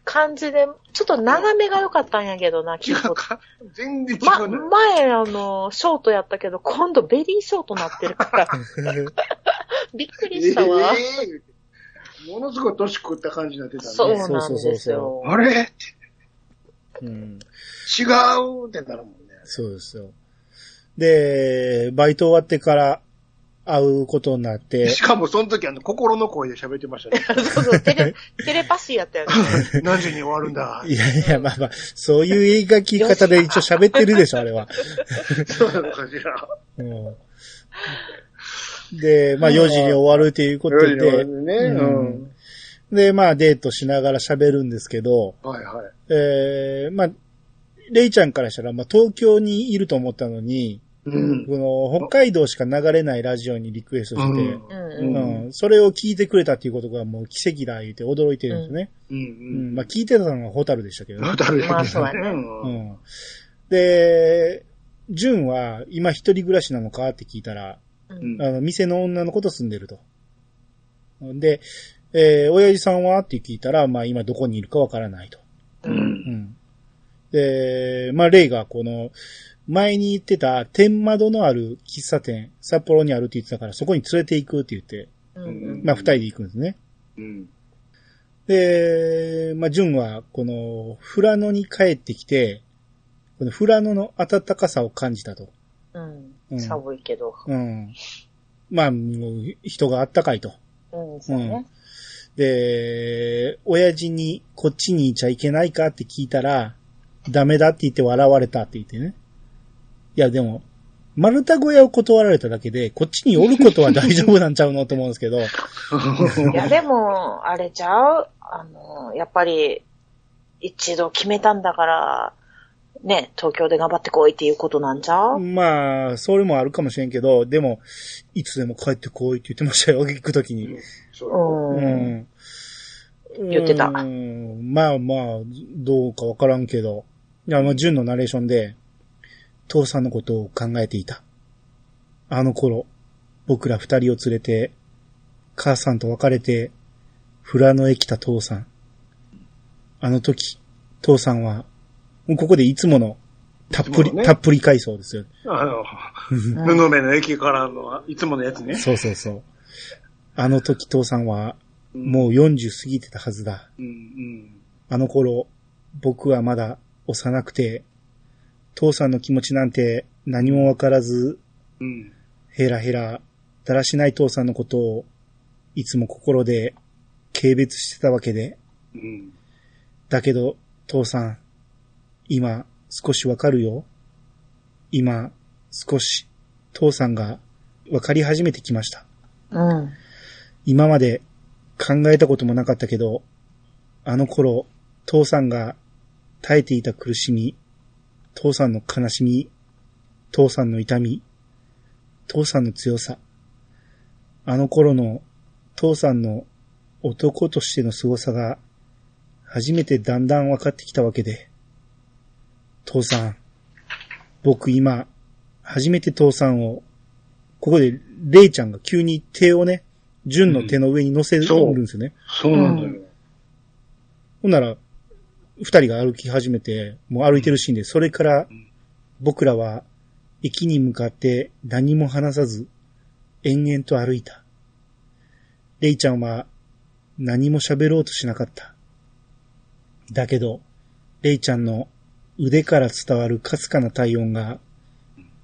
感じで、ちょっと長めが良かったんやけどな、
違
キリ
う
コ。
か。全然違
ま、
うのよ。
前、あの、ショートやったけど、今度ベリーショートなってる から、びっくりしたわ。
ええ言うてものすごい年食った感じになってたね。
そうなんですよ。
あれって
うん、
違うってなるもんね。
そうですよ。で、バイト終わってから会うことになって
し、かもその時あの心の声で喋ってまし たね。
そうそう、テレ、テレパシーやったよね。
何時に終わるんだ。
いやいや、まあまあ、そういう描き方で一応喋ってるでしょ、あれは。
そうなのかしら。
うんで、まあ4時に終わるということ
夜に終わ
で、
るね。
うん
うん。
で、まあデートしながら喋るんですけど、
はいはい。
えー、まあ、レイちゃんからしたら、まあ東京にいると思ったのに、
うん。
この北海道しか流れないラジオにリクエストして、うん
う
うん
ん
それを聞いてくれたっていうことがもう奇跡だ言って驚いてるんですね。
う
うん
ん。
まあ聞いてたのはホタルでしたけど
う
ね
ん。。誰
まあそうやね
う
ね。
ん、で、ジュンは今一人暮らしなのかって聞いたら、
う
うん
ん。
あの、店の女の子と住んでると。で、えー親父さんはって聞いたら、まあ今どこにいるかわからないと。
う。
うんん。で、まあレイがこの、前に言ってた天窓のある喫茶店、札幌にあるって言ってたから、そこに連れて行くって言って、
うん
まあ二人で行くんですね。
うん。
で、まあ、ジュンは、この、富良野に帰ってきて、この富良野の暖かさを感じたと。
うん
うん
寒いけど。
うん。まあ、もう、人が暖かいと。
うん、そうね。
で、親父にこっちにいちゃいけないかって聞いたら、ダメだって言って笑われたって言ってね。いや、でも、丸太小屋を断られただけで、こっちにおることは大丈夫なんちゃうのと思うんです けど、
いや、でも、あれちゃうあの、やっぱり、一度決めたんだから、ね、東京で頑張ってこいっていうことなんちゃう、
まあ、それもあるかもしれんけど、でも、いつでも帰ってこいって言ってましたよ、行くときに。
そう
うん、
うん
言ってた
うんまあまあ、どうかわからんけど。いや、まあ、純のナレーションで、父さんのことを考えていた。あの頃、僕ら二人を連れて、母さんと別れて、富良野へ来た父さん。あの時、父さんは、もうここでいつもの、たっぷ
いつ
り、
ものね
たっぷり回想ですよ。
あの、布目の駅からの、いつものやつね。
そうそうそう。あの時父さんは、
うん
もう40過ぎてたはずだ。
うんうん。
あの頃、僕はまだ幼くて、父さんの気持ちなんて何もわからず、
うん。
ヘラヘラ、だらしない父さんのことを、いつも心で軽蔑してたわけで。
うん。
だけど、父さん、今、少しわかるよ。今、少し、父さんが、わかり始めてきました。
うん。
今まで考えたこともなかったけど、あの頃、父さんが耐えていた苦しみ、父さんの悲しみ、父さんの痛み、父さんの強さ、あの頃の父さんの男としての凄さが、初めてだんだん分かってきたわけで、父さん、僕今、初めて父さんを、ここで、レイちゃんが急に手をね、純の手の上に乗せる
そうん
ですよね。
そうなんだよ。
ほんなら、二人が歩き始めて、もう歩いてるシーンで、それから
うん、
僕らは、駅に向かって何も話さず、延々と歩いた。レイちゃんは、何も喋ろうとしなかった。だけど、レイちゃんの腕から伝わるかすかな体温が、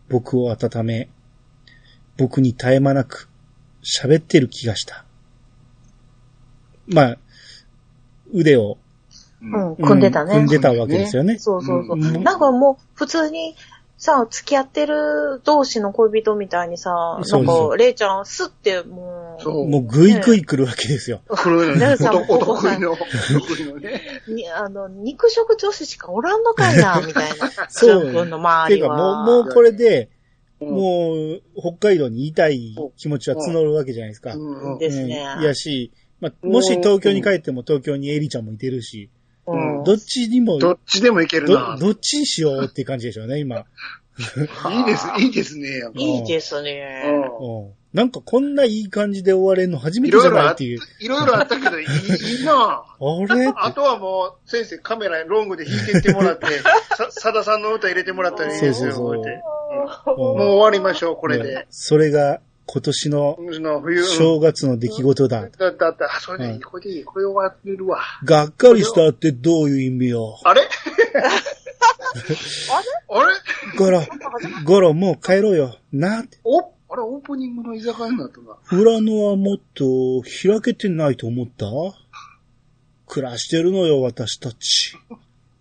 僕を温め、僕に絶え間なく、喋ってる気がした。まあ、腕を
うん、組んでたね。
組んでたわけですよね。
そうそうそ
う
う。
ん
なんかもう、普通に、さ、付き合ってる同士の恋人みたいにさ、な
そうんそ
か、レイちゃん、すって、もう、
そう。
もうぐいぐい来るわけですよ。
黒いの
ね
ね。
えさん
お得意の、お得意の ね。
にあの、肉食女子しかおらんのかいな、みたいな。
そう
ジョン君の
て
周
いう
り
か
は。
もう、もうこれで、もう、北海道にいたい気持ちは募るわけじゃないですか。
うんうん
ですね
うんいやし、まあ、もし東京に帰っても東京にエリちゃんもいてるし、どっちにも、
どっ
ど
ちでもいけるな。
どっちにしようって感じでしょうね、今。
いいです、いいですね。
いいですね。
う
うんなんかこんないい感じで終われるの初
ん
め
い
て
ろ
じゃ
いろ
ない
あ
っ
って
いう。
いろいろあったけど、いいい いな。
あれ
あとはもう、先生カメラにロングで弾いてってもらって、さ、さださんの歌入れてもらったらいいですよ、
そうそうそう
こうやって
も
もう終わりましょう、これ
いや
で。
それが今年の
今年の冬。
正月の出来事だ。
だった、だった、あそれでい
うん
い、これでいい、これ終われるわ。
がっかりしたってどういう意味よ。
あれ
あれ
あれ
ゴロ、ゴロもう帰ろうよ。な、
おあれ、オープニングの居酒屋になったな。
裏野はもっと開けてないと思った暮らしてるのよ、私たち。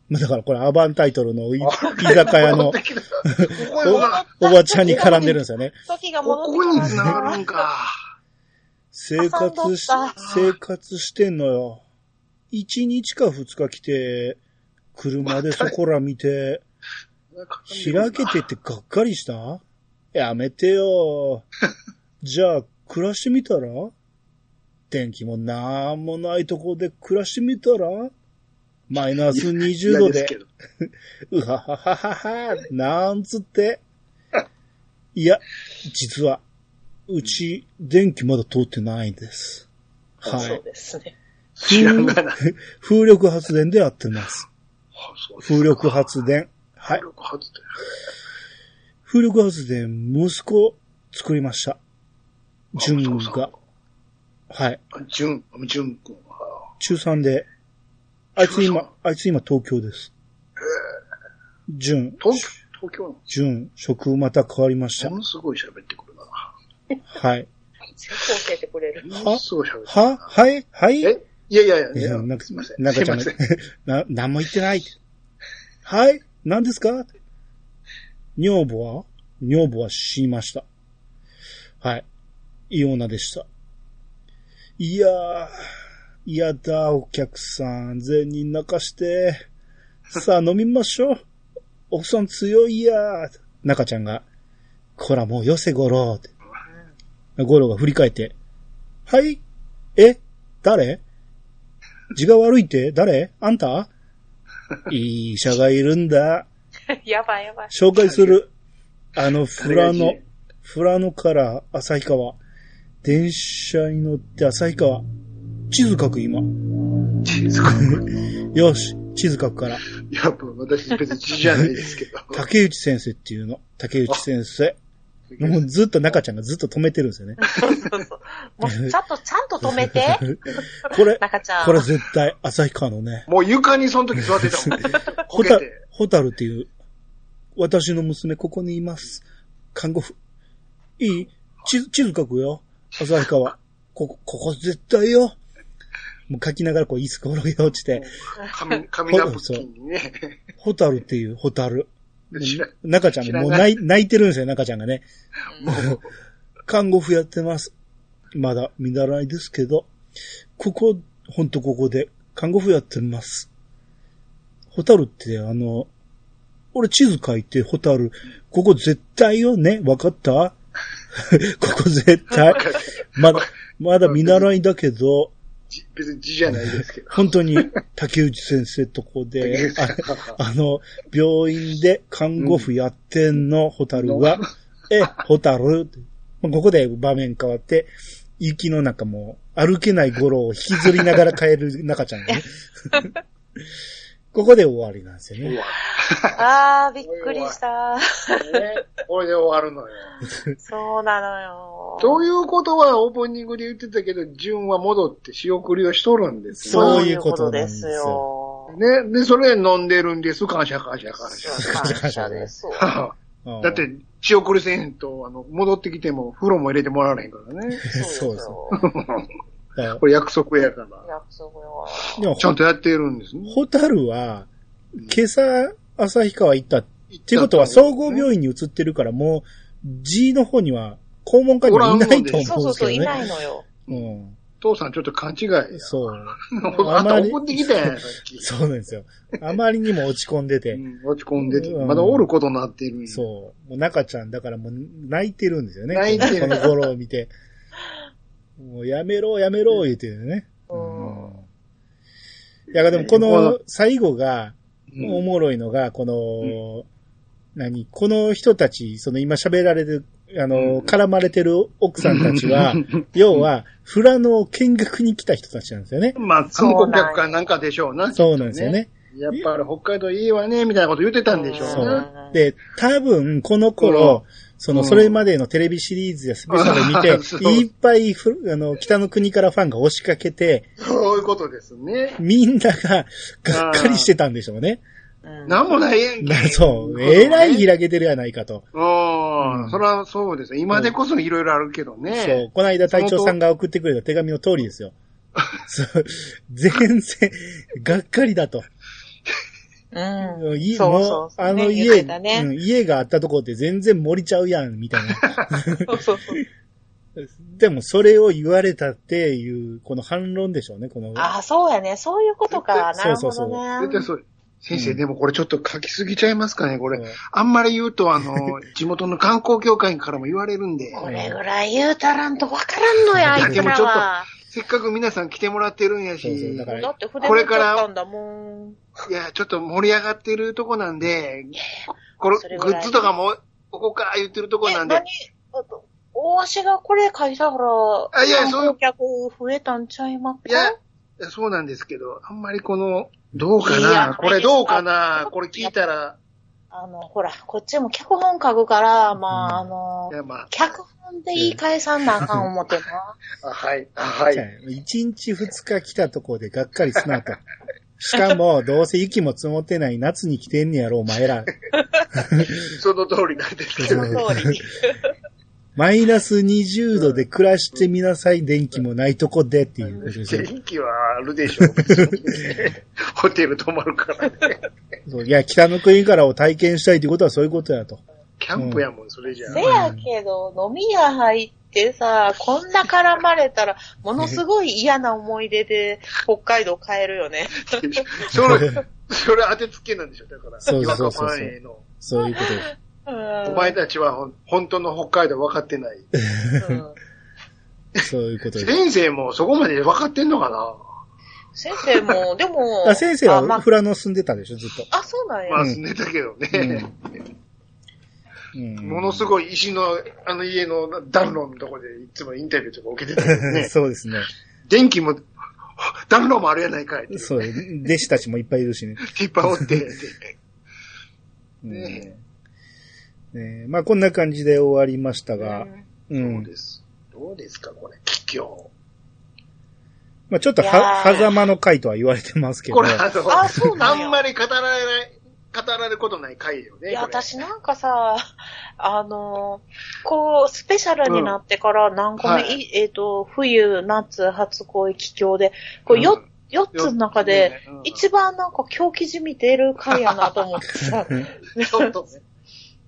まあだからこれアバンタイトルのい居酒屋の
戻ってきたここよな、
おばちゃんに絡んでるんですよね。
時が
こ
戻
こ
ってき
に繋
ま
がる
し
んか。
生活し
挟んどった、
生活してんのよ。一日か二日来て、車でそこら見て、開けてってがっかりしたやめて よ。じゃあ、暮らしてみたら天気もなんもないとこで暮らしてみたらマイナス20度
嫌
で
ですけ、ど
うははははは、なんつって。いや、実は、うち、電気まだ通ってないんです。
た。
は
そう
い。
ですね。
知らんがな。
風力発電でやって ます。
あそうです
風力発電。は
風
い。
力発電。
風力発電、息子、作りました。純
あそう
が。はい。
そう純、純君は。
中3で。あいつ
中
今、あいつ今東京です。純、
東京、東京の
純、職また変わりました
も。のすごい喋ってくるな。
はい。
先生教えて くれる。
ものすごい喋ってくる
は、はい、はい。
えいやいやいやい
い
や
や、なんか、
すいません。
なんか
すい
ちゃ
ま
んと
せん。
な、なんも言ってない。はい何ですか女房は女房は死にました。はい。イオナでした。いやー、嫌だ、お客さん。全員泣かして。さあ、飲みましょう。 奥さん強いやー。中ちゃんが、こらもうよせ、ゴローって。ゴロが振り返って、はいえ誰字が悪いって誰あんたいい医者がいるんだ。
やばいやばい。
紹介する。あの、富良
誰が
野
いい。
富良野から旭川。電車に乗って旭川。地図書く今。
静かに
よし、地図書くから。
いや、もう私別に血じゃないで すけど。
竹内先生っていうの。竹内先生。もうずっと中ちゃんがずっと止めてるんですよね。
そうそうそう。もうちゃんと、ちゃんと止めて。
これ、
中ちゃん。
これ絶対旭川のね。
もう床にその時座ってたも ん。こ
ホ
け
タ
て。、
ホタルっていう、私の娘ここにいます。看護婦。いい地図、地図書くよ。旭川。ここ、ここ絶対よ。もう書きながらこう椅子転げ落ちて、
紙、紙ナプキンにね。
ホタルっていうホタル。
知らん
中ちゃんがもう
知らな
泣い泣いてるんですよ、中ちゃんがね。看護婦やってます。まだ見習いですけど、ここ、ほんとここで、看護婦やってます。ホタルって、あの、俺地図書いて、ホタル、ここ絶対よね、わかった ここ絶対。まだ、まだ見習いだけど、
じ別に血じゃないですけど。
本当に竹内先生とこ で、ああの、病院で看護婦やってんの、ホタルが、え、ホタルってまあここで場面変わって、雪の中も歩けないゴロを引きずりながら帰る中ちゃんがね。ここで終わりなんですよね。
あー、びっくりした。
ねこれで終わるのよ。
そうなのよ。
ということは、オープニングで言ってたけど、純は戻って仕送りをしとるんですね。
そういうことなんですよ
そういうこ
ね。で、それ飲んでるんです。感謝感謝
と
感
です
謝
よ。。感謝です。
うん
だっ、て、仕送りせんと、あの、戻ってきても、風呂も入れてもらわへんからね。
そうですよ。
だから
これ約束やから。
約束よ。
でも
ちゃんとやってるんですね。
ホタルは、今朝、旭川行ったっていうことは、総合
院
病院に移ってるから、もう、G の方には、肛門科にはいないと思うんですけどね。
そうそうそう、いないのよ。
うん。
父さんちょっと勘違いや。
そう。
あんた怒ってきたやん、さっ き。
そうなんですよ。あまりにも落ち込んで
う
て。
ん落ち込んでて、
うん
まだおることになってるんや
そう。もう中ちゃん、だからもう泣いてるんですよね。
泣いてる
このこの頃を見て。もうやめろ、やめろ、言うてるよね。
うん。
いや、でもこ
う
の最後が、
うん
おもろいのが、この、何この人たち、その今喋られてる、あ
うん
の、絡まれてる奥さんたちは、要は、フラの見学に来た人たちなんですよね。
まあ、観光客かなんかでしょうな。
そうなんですよね。
やっぱり北海道いいわね、みたいなこと言ってたんでしょ
そうう
な。。
で、多分、この頃、その、
うん
それまでのテレビシリーズやスペシャル見て
うんそう、
いっぱいふ、あの、北の国からファンが押しかけて、
そういうことですね。
みんなが、がっかりしてたんでしょうね。
うん
なんもないやんけ。
そう。えらい開けてるやないかと。
うん
う。ん
それはそうですよ。今でこそいろいろあるけど
そ
ね。
う。この間隊長さんが送ってくれた手紙の通りですよ。そう。全然、がっかりだと。
うん。
い
そうそうそう
もあの
ね
家、
言ってたね
うん家があったとこって全然盛りちゃうやん、みたいな。
そうそうそう。
でもそれを言われたっていう、この反論でしょうね、この。
ああ、そうやね。そういうことか。な
そう
る
そ
ほ
うそう
どね。
絶対そう。先生、
うん
でもこれちょっと書きすぎちゃいますかね、こ
うん
れ。あんまり言うと、あの、地元の観光協会からも言われるんで、
これぐらい言うたらんとわからんのや、あいつらは。
せっかく皆さん来てもらってるん
そ
や
うそう
し
だ、から
だって筆持っちゃったんだもん。
いや、ちょっと盛り上がってるとこなんで、これ
それ、ぐ
グ
らい
ッズとかも、ここから言ってるとこ
え
なん
何
で、
あと大足がこれ書いたから、
あいやそういう
観光客増えたんちゃいまっか
いや、そうなんですけど、あんまりこの、どうか
いや
なこれどうかなこれ聞いたら、
あの、ほら、こっちも脚本書くから、まあ、あの
い、や、ま
脚本で言い返さんなあかん思ってな。
あ、あはい、あはい。
一日二日来たとこでがっかりすなと。しかも、どうせ雪も積もってない夏に来てんねやろ、お前ら。
その通りなんですけ
そ
ど、
の通りに。
マイナス20度で暮らしてみなさい、電気もないとこでっていうことですよ
元気はあるでしょう。 別にねホテル泊まるからね。
そういや、北の国からを体験したいということはそういうことやと。
キャンプやもん、それじゃあ
せ。やけど、飲み屋入ってさ、こんな絡まれたら、ものすごい嫌な思い出で北海道帰るよね。
それ、それ当てつけなんでしょ、だから。
そう
岩
そう
わ
そ
か
うそう
ファンへの。
そういうことです。
うん。
お前たちはほん本当の北海道分かってない。
うん
そういうことです。
先生もそこまで分かってんのかな
先生も、で
だ
も
か、ら先生
あ
は
まあ
フラノ住んでたでしょ、ずっと。
あ、そうなんや。
まあ、住んでたけどね。
うん
ものすごい石の、あの家の暖炉のとこでいつもインタビューとか受けてたけどね。
そうですね。
電気も、暖炉もあるやないかいって。
そう、弟子たちもいっぱいいる しね。
引っ張って。
うん
ね
ねえまあこんな感じで終わりました
う
が、
ん
う。
どうんです。どうですか、これ。桔梗。
まあちょっと
いや
は、
ー
狭間の回とは言われてますけど
こ、れ、あの、
あそうなんや
あんまり語られない、語られることない回よね。
いや、
これ
私なんかさ、 あのーこう、スペシャルになってから何個目、
はい
いえっ、と、冬、夏、初恋、気境で、こう、よ、四つの中で、、
うん
一番なんか狂気じみてる回やなと思っ てさ、
ちょっとね、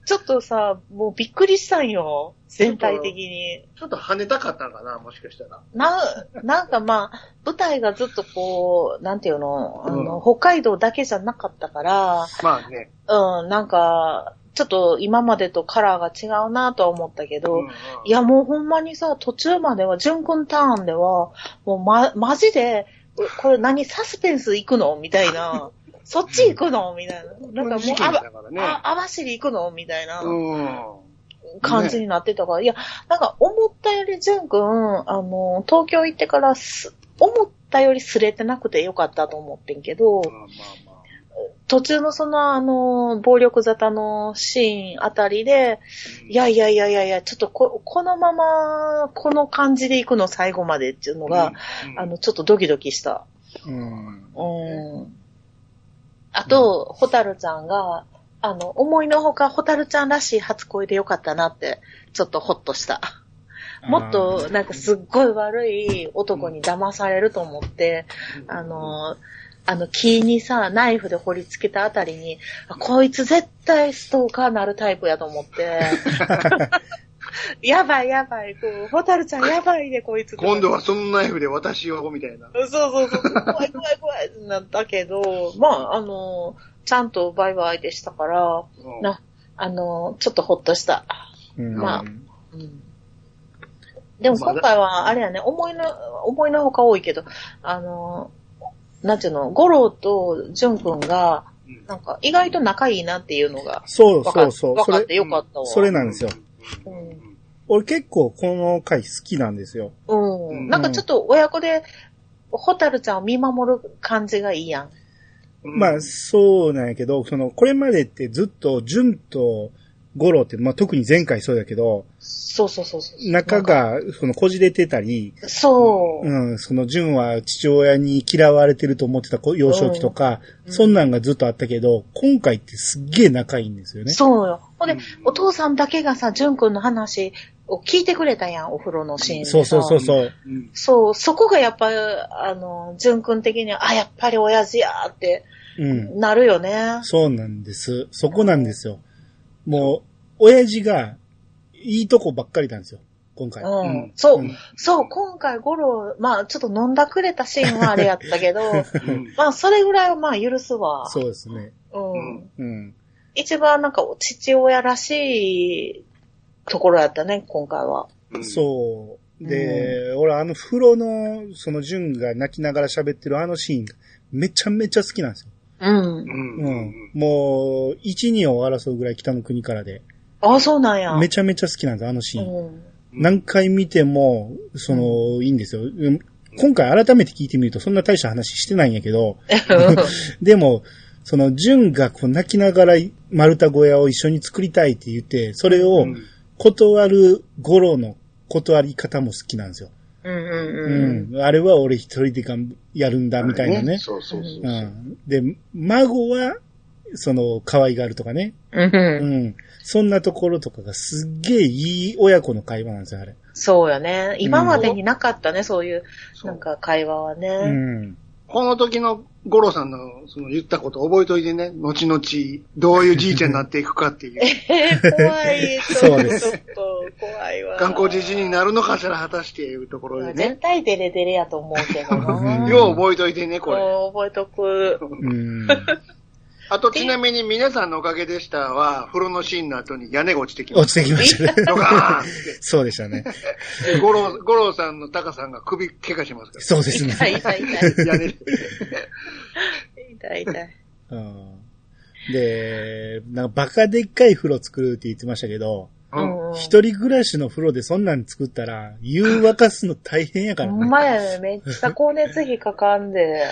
ちょっとさ、もうびっくりしたんよ。全体的に。
ちょっと跳ねたかったんかな、もしかしたら。
な、なんかまあ、舞台がずっとこう、なんていうの、あの、
うん
北海道だけじゃなかったから、
まあね。
うん、なんか、ちょっと今までとカラーが違うなとは思ったけど、
うんうん
いや、もうほんまにさ、途中までは、純君ターンでは、もうま、マジで、これこれ何サスペンス行くのみたいな。 そっち行くのみたいな。なんかも
事
う、
件
あ
だからね。
ば、あ網走行くのみたいな
う
感じになってたから。いや、なんか思ったより純君、あの、東京行ってからす、思ったよりすれてなくてよかったと思ってんけど、
ん。まあまあま
途中のその、あの、暴力沙汰のシーンあたりで、いやいやいやいやいや、ちょっとこ、このまま、この感じで行くの最後までっていうの
あ。
が、
うん、
あの、ちょっとドキドキした。
うん。
うん。あと、ホタルちゃんが、あの、思いのほか、ホタルちゃんらしい初恋でよかったなって、ちょっとホッとした。もっと、なんかすっごい悪い男に騙されると思って、あの、あの木にさ、ナイフで掘り付けたあ たりに、あこいつ絶対ストーカーなるタイプやと思って、やばいやばい、こう、ホタルちゃんやばいね、こいつ。
今度はそのナイフで私を、みたいな。
そうそうそう、怖い怖い怖いってなったけど、まあ、あの、ちゃんとバイバイでしたから、
うん
な、あの、ちょっとほっとした。
うん
まあうん。でも今回は、あれやね、思いの、思いのほか多いけど、あの、なんていうの、ゴロとジュン君が、
うん
なんか意外と仲いいなっていうのが、
そう
分か
そ
っ
うそう。
分
そ
かっ
れ、
てよかったわ。
それなんですよ。
うんうんうん
俺結構この回好きなんですよ。
う
うん
ん。なんかちょっと親子で、ホタルちゃんを見守る感じがいいやん。
うん
まあ、そうなんやけど、その、これまでってずっと、ジュンとゴロって、まあ特に前回そうだけど、
そうそうそうそう。
中
なんか。
が、その、こじれてたり、
そう。
うん、その、ジュンは父親に嫌われてると思ってた子幼少期とか、
うん
そんなんがずっとあったけど、今回ってすっげえ仲いいんですよね。
そうよ。ほんで、
うん
お父さんだけがさ、ジュン君の話を聞いてくれたやん、お風呂のシーンでさ。
そうそうそうそう。
うん
そう、そこがやっぱり、あの、淳君的には、あ、やっぱり親父やーって
うん。
なるよね。
そうなんです。そこなんですよ。もう、親父が、いいとこばっかりなんですよ。今回。
うん。
うん
そう、
うん
そう、今回ゴロ、まあ、ちょっと飲んだくれたシーンはあれやったけど、
うん
まあ、それぐらいはまあ許すわ。
そうですね。
う。ん。
うん。
一番なんか、父親らしいところやったね、今回は。
うん
そう。で、俺あの風呂の、その純が泣きながら喋ってるあのシーン、めちゃめちゃ好きなんですよ。
うん。
う
う
んうん
ん。もう、1、2を争うぐらい北の国からで、
あ、そうなんや。
めちゃめちゃ好きなんですよ、あのシーン。
うん。
何回見ても、その、いいんですよ。うん今回改めて聞いてみると、そんな大した話してないんやけど、でも、その、純がこう泣きながら丸太小屋を一緒に作りたいって言って、それを
うん
断る五郎の断り方も好きなんですよ。
うんうんうん。
うん。あれは俺一人でがんやるんだ、みたいなね。
そうそうそう
う
そう。
ん。で、孫は、その、可愛がるとかね。
うん
う
うん。
ん。そんなところとかがすっげえいい親子の会話なんですよ、あれ。
そうよね。今までになかったね、そういう、
そう
なんか会話はね。
うん。
この時の五郎さんのその言ったこと覚えといてね、後々どういうじいちゃんになっていくかっていう、
えー怖い。
そうです
ちょっと、怖いわ。
観光じじいになるのかしら果たしていうところでね
絶、対デレデレやと思うけど
うん
な。
よう覚えといてね、これ。
こう覚えとく。
うん。
あとちなみに皆さんのおかげでしたは、風呂のシーンの後に屋根が落ちてきま
落ち
し
てきま したね
た。。ドカーンっ
そうでしたね。
て。五郎、五郎さんのタカさんが首怪我しますか
そうですね。
痛い痛い痛い。
ら。屋根で。
痛い痛い。
うん。で、なんかバカでっかい風呂作るって言ってましたけど、
うん。
うん
一人暮らしの風呂でそんなん作ったら、湯沸かすの大変やから
ほん
ね。
まやね、めっちゃ光熱費かかんで。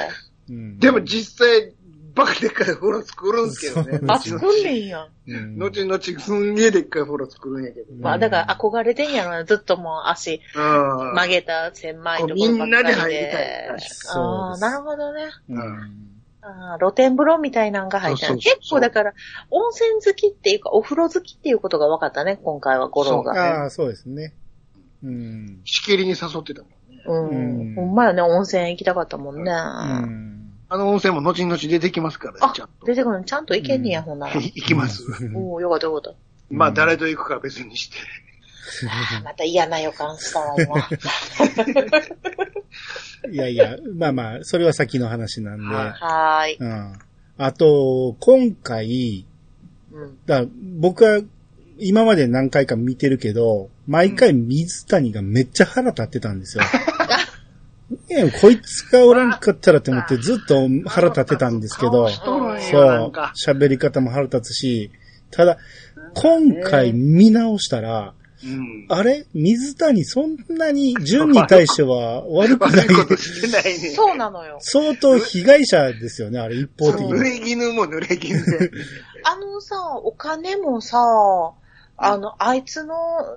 うん
でも実際、バカでっかい風呂作るんですけどね。
そう
あ、
後々
作んねんやん。
うん
後々すんげえでっかい風呂作るんやけど。
まあだから憧れてんやろな、ずっともう足
うん。
曲げた狭いところばっかりで。
みんなで入りたい。
そう
あ
で
あ、
す。
なるほどね。
うん
ああ、露天風呂みたいなんが入った
そ
ね。
うそうそう
結構だから、温泉好きっていうか、お風呂好きっていうことが分かったね、今回は、五郎が。
ああ、そうですね。うん。
しきりに誘ってたもん。
う
うん
ん。ほんまよね、温泉行きたかったもんね。
うん。
あの温泉も後々出てきますからね
あ、
ちゃんと。
出てくるのちゃんと行けんねや、
うん
ほんなら。
行きます。
おおよかったよかった。
まあ、誰と行くかは別にして。
あーまた嫌な予感したわ、今。
いやいや、まあまあ、それは先の話なんで。
は
はーい。
うん。あと、今回、
うん。
だ僕は今まで何回か見てるけど、毎回水谷がめっちゃ腹立ってたんですよ。ねえこいつがおらんかったらって思ってずっと腹立ってたんですけど、
しとるん
そ
やな
うん
か、。
喋り方も腹立つし、ただ、今回見直したら、
うん。
あれ水谷そんなに、純に対しては 悪くな
悪
い
い。ことしてないね。
そうなのよ。
相当被害者ですよね、あれ一方的
濡
に。
れ衣も濡れ衣で。
あのさ、お金もさ、あの、あいつの、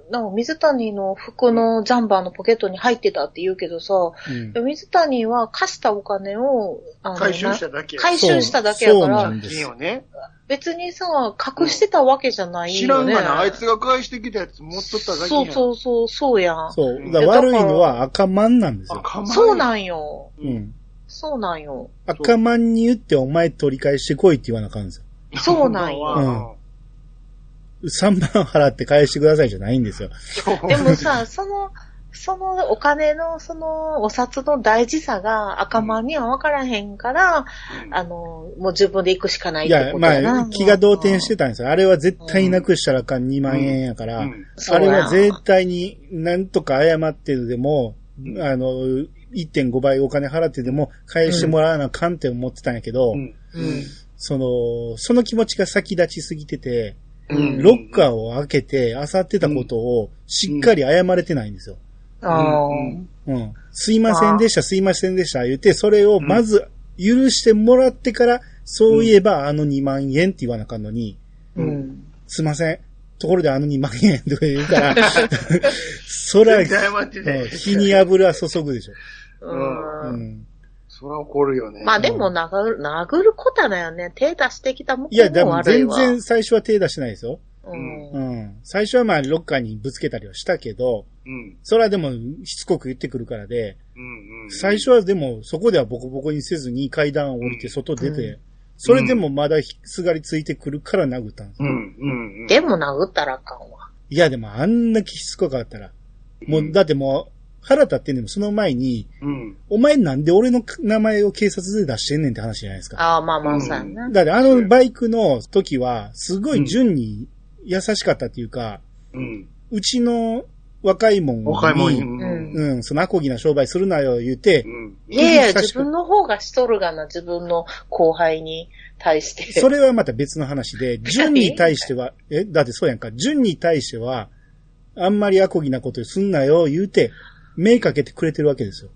なんか水谷の服のジャンバーのポケットに入ってたって言うけどさ、
うん
水谷は貸したお金を、あの
回収しただけ。
な回収しただけやか
そうそうなん
ら、
です
金をね。
別にさ、隠してたわけじゃない
知
よ
らん
ね。
がな、あいつが返してきたやつ持っとっただけや
そうそうそう、そうやん。
そう。だから悪いのは赤マンなんです
あ
よ。
構わんよ
そう なんよ。
うん。
そうなんよ。
赤マンに言ってお前取り返してこいって言わなあかんですよ。
そうなんよ。
ん3万払って返してくださいじゃないんですよ。
そう
で もさ、その、そのお金の、そのお札の大事さが赤マンには分からへんから、あの、もう自分で行くしかな
い
いって
や、
こと
ま
やな。
あ、気が動転してたんですよ。あれは絶対なくしたらあかん2万円やから、
うん
あれは絶対になんとか謝ってでも、
うん
あの、1.5倍お金払ってでも返してもらわなあかんって思ってたんやけど、
うん
うん。
その、その気持ちが先立ちすぎてて、
うん
ロッカーを開けて、漁ってたことをしっかり謝れてないんですよ。
あ
うん
うん。すいませんでした、すいませんでした、言って、それをまず許してもらってから、そういえばあの2万円って言わなあかんのに、
ーうん。
すいません。ところであの2万円とか言う から、そら、
絶対謝って
うん
ね。
火に油注ぐでしょ。
うん
うん。
そら怒るよね。
まあでも殴る、殴ることだよね。手出してきた向こ
いや、で
うも
も
悪い
全
わ。
然最初は手出してないですよ。
う
う
ん。うん
ん。最初はまあ、ロッカーにぶつけたりはしたけど、
うん。
それはでも、しつこく言ってくるからで、
うん。うん。
最初はでも、そこではボコボコにせずに階段を降りて外出
う
て、それでもまだすがりついてくるから殴ったんです
う
よ。
ん。うん。うん
でも殴ったらあかんわ。
いや、でもあんなきしつこかったら、もう、だってもう、腹立ってんでもその前に、
うん。
お前なんで俺の名前を警察で出してんねんって話じゃないですか。
ああ、まあまあ、そうやな。
だってあのバイクの時は、すごい順に優しかったっていうか、
うん。
うちの若いもんに、
お買い物に。
う
うん。
ん、そのアコギな商売するなよ言うて
う、ん。
いやいや、
確か
自分の方がしとるがな、自分の後輩に対して。
それはまた別の話で、純に対しては、え、だってそうやんか、純に対しては、あんまりアコギなことすんなよ、言うて、目かけてくれてるわけですよ。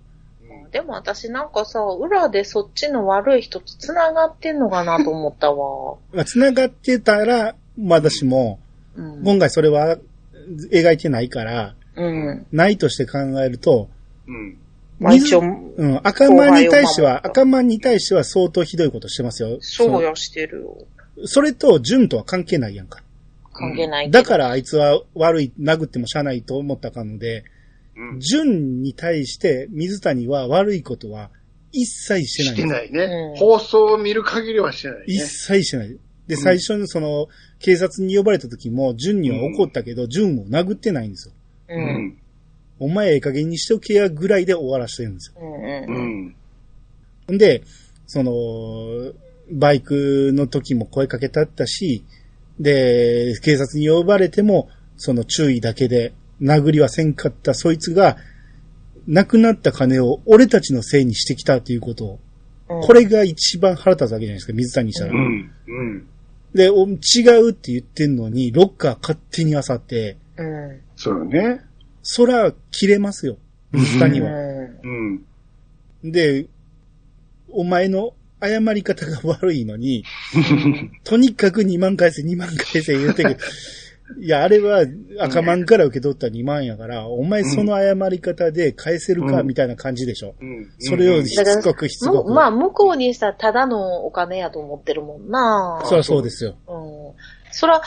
でも私なんかさ、裏でそっちの悪い人と繋がってんのかなと思ったわ。
まあ繋がってたら、まだしも、
うん。
今回それは描いてないから、
うん。
ないとして考えると、
うん。
まあ一応、
うん、赤マンに対して
後輩を守っ
は、
た
赤マンに対しては相当ひどいことしてますよ。
そうやしてるよ。
その。それと、純とは関係ないやんか。
関係ないけど。
だからあいつは悪い、殴ってもしゃあないと思ったかので、
うん。
純に対して水谷は悪いことは一切してない
して
んです。
ないね
う。ん
放送を見る限りはしてない
一
ね。
切してない。で、
うん
最初にその、警察に呼ばれた時も、純には怒ったけど、純を殴ってないんですよ。
う。
うんん。
お前ええ加減にしておけやぐらいで終わらしてるんです
うん。
う
うん。
ん。
よ。んで、その、バイクの時も声かけたったし、で、警察に呼ばれても、その注意だけで殴りはせんかったそいつが、亡くなった金を俺たちのせいにしてきたということを、
うん
これが一番腹立つわけじゃないですか、水谷にしたら。
うん。うん。
で、お違うって言ってんのに、ロッカー勝手に漁って、
うん。
そうね。
そら、切れますよ。水谷は。
う
うん。
で、お前の謝り方が悪いの に、とにかく2万返せ、2万返せ言うて くる。いや、あれは赤マンから受け取った2万やから、お前その謝り方で返せるか、
うん
みたいな感じでしょ。
うん
それを
うん
しつこくしつ
ん。
こ
も
く。
まあ、向こうにさ、ただのお金やと思ってるもんな。
そりゃそうですよ。
うん。そら、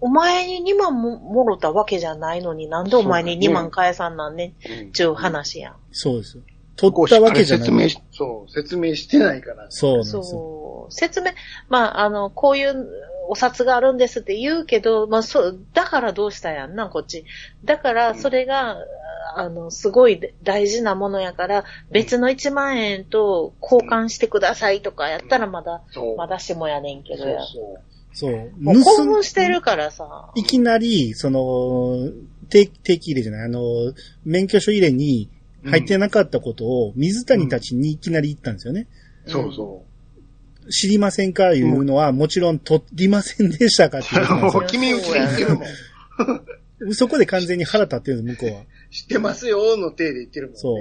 お前に2万ももろたわけじゃないのに、なんでお前に2万返さんなんねんっちゅう話やん。
そうですよ。取ったわけじゃ
説
な
明
い。
し、そう、説明してないから。
そうなんですよ。
そう。説明、まあ、あの、こういうお札があるんですって言うけど、まあ、そう、だからどうしたやんな、こっち。だから、それが、あの、すごい大事なものやから、別の1万円と交換してくださいとかやったらまだ、
そう。
まだしもやねんけど
そう
や。
そう。
そう。
もう興
盗ん
奮してるからさ。
いきなり、その、定定期入れじゃない、あの、免許証入れに入ってなかったことを水谷たちにいきなり言ったんですよね。
そうそ
知りませんかいうのは、もちろん取りませんでしたかっていう
う。
話
もう君うちで言ってるもん。
そこで完全に腹立ってるんです、向こうは。
知ってますよの手で言ってるもんね。
そ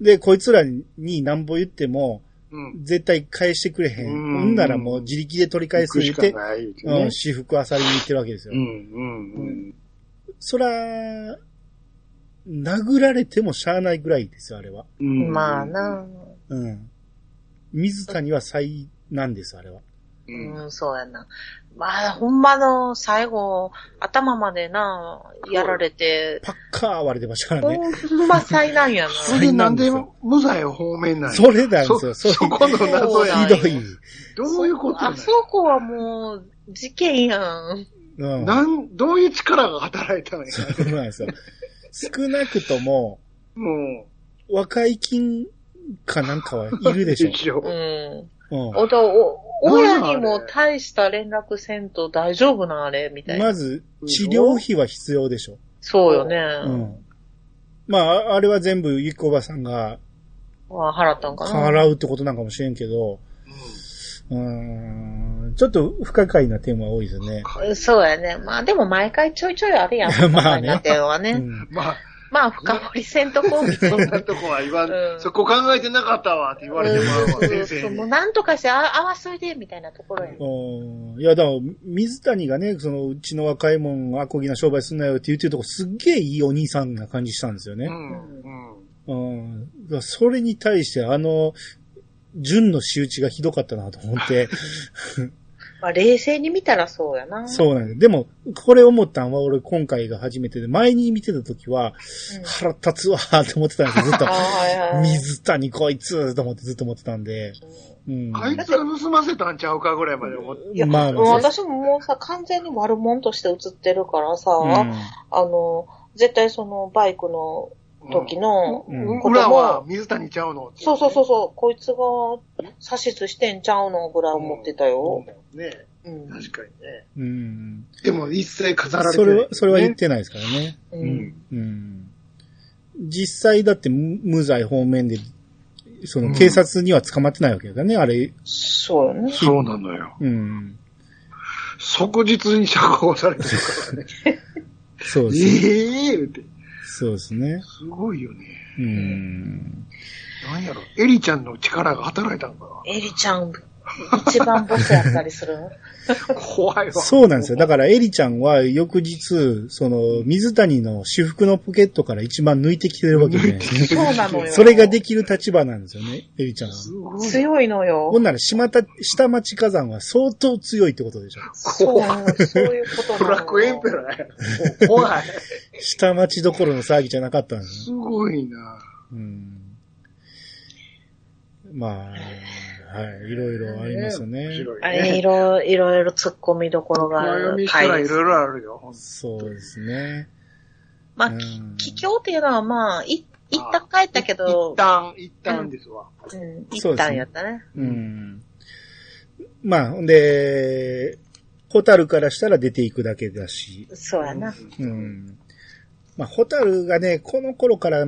う。で、こいつらになんぼ言っても、
うん。
絶対返してくれへん。
うん
ほんならもう自力で取り返す言
行
っ、
くしてかない言うて
う
ね
ん、私服あさりに行ってるわけですよ。
うん、うん、うん。
そら、殴られてもしゃあないぐらいですよ、あれは。
うん
まあ。な、
うん。水谷は最なんです、あれは。
うん。
うん、そうやな。まあ、ほんまの最後、頭までな、やられて、
パッカー割れてましたからね。
ほんま災難やな。
それでなんで無罪を方面なんや
それなんですよ。
そ、
そ
そこの謎
う
や。
ひどい。
どういうことな
あ
んや
そこはもう、事件やん。
うん。
なん、どういう力が働いたのや。
そうなんですよ。少なくとも、
も
和解金かなんかはいる
う、
でしょ。
一応。
うん。
う
おと、お、
な
親
んなんあれ
にも大した連絡せんと大丈夫なんあれみたい
ん。
な。
まず、治療費は必要でしょ。
そうよね。
う。ん。まあ、あれは全部、ゆきこばさんが
まあ、払ったんかな。
払うってことなんかもしれんけど、うーん、ちょっと不可解な点は多いですよね。
うんそうやね。まあでも毎回ちょいちょいあるやん。
まあね
な点は
う
ね。
ん。
まあ、
まあ深掘りせんとこう。
そんなとこは言わん、
うん
そこ考えてなかったわって言われてもらうわ、
うん
先
そ
生
うもう
に。
なんとかしてあ合わせといてみたいなところや。
うんいや、だから、水谷がね、その、うちの若いもん、アコギな商売すんなよって言ってるとこ、すっげえいいお兄さんな感じしたんですよ
う
ね。
ん、うん。
うん。だからそれに対して、あの、純の仕打ちがひどかったなと思 って、
まあ冷静に見たらそうやな。
そうなんです。でも、これ思ったんは俺今回が初めてで、前に見てた時は、
うん
腹立つわーって思ってたんですよ、ずっと
あ。はいはいはい
水谷こいつと思ってずっと思ってたんで。うん。
あいつが盗ませたんちゃうかぐらいまで思って。
いや、
まあ、
もう私ももうさ、完全に悪者として映ってるからさ、あの、絶対そのバイクの時の
うんうん
こ
裏
と
は
も、
水谷ちゃうの
そうそうそうう、そう、こいつが指図してんちゃうのぐらい思ってたよ。
うんね
うん。
確かにね。
うん。うん。
でも一切飾られて
そ
ない
れは、それは言ってないですからね。
う。
うんん。うん。実際だって無無罪方面で、その
うん
警察には捕まってないわけだからね、あれ。
そうよね。
そうなのよ。
うん。
即日に釈放されて るからね。
そうです。
ええーって。
そうですね。
すごいよね。
うん。
なんやろ。エリちゃんの力が働いたんか
エリちゃん、一番ボスやったりする
な。怖いわ。
そうなんですよ。だから、エリちゃんは翌日、その、水谷の私服のポケットから一番抜いてきてるわけじゃないですね。
そうなのよ。
それができる立場なんですよね、エリちゃんは。
すごい。
強いのよ
ほん。なら、島た、下町火山は相当強いってことでしょ。
そう、そういうことなのよ
ブラックエンペラーや。もう怖い。
下町どころの騒ぎじゃなかったんです
す
ね。
ごいな。
うん。まあ、はい、いろいろありますよね。
面白い
あれ、い
ね。
ろいろ、いろ突っ込みどころがあ
暗
る
読みした
回
らい
です
ろいろあるよ。ほんと
そうですね。
まあ、
うん
帰郷っていうのはまあ、い、一旦帰ったけど
一、旦、一旦ですわ。
うん、
そうですね
一旦やったね。
うん。まあ、ほんで、ホタルからしたら出ていくだけだし。
そうやな。
う
うん。
ん。まあ、ホタルがね、この頃から、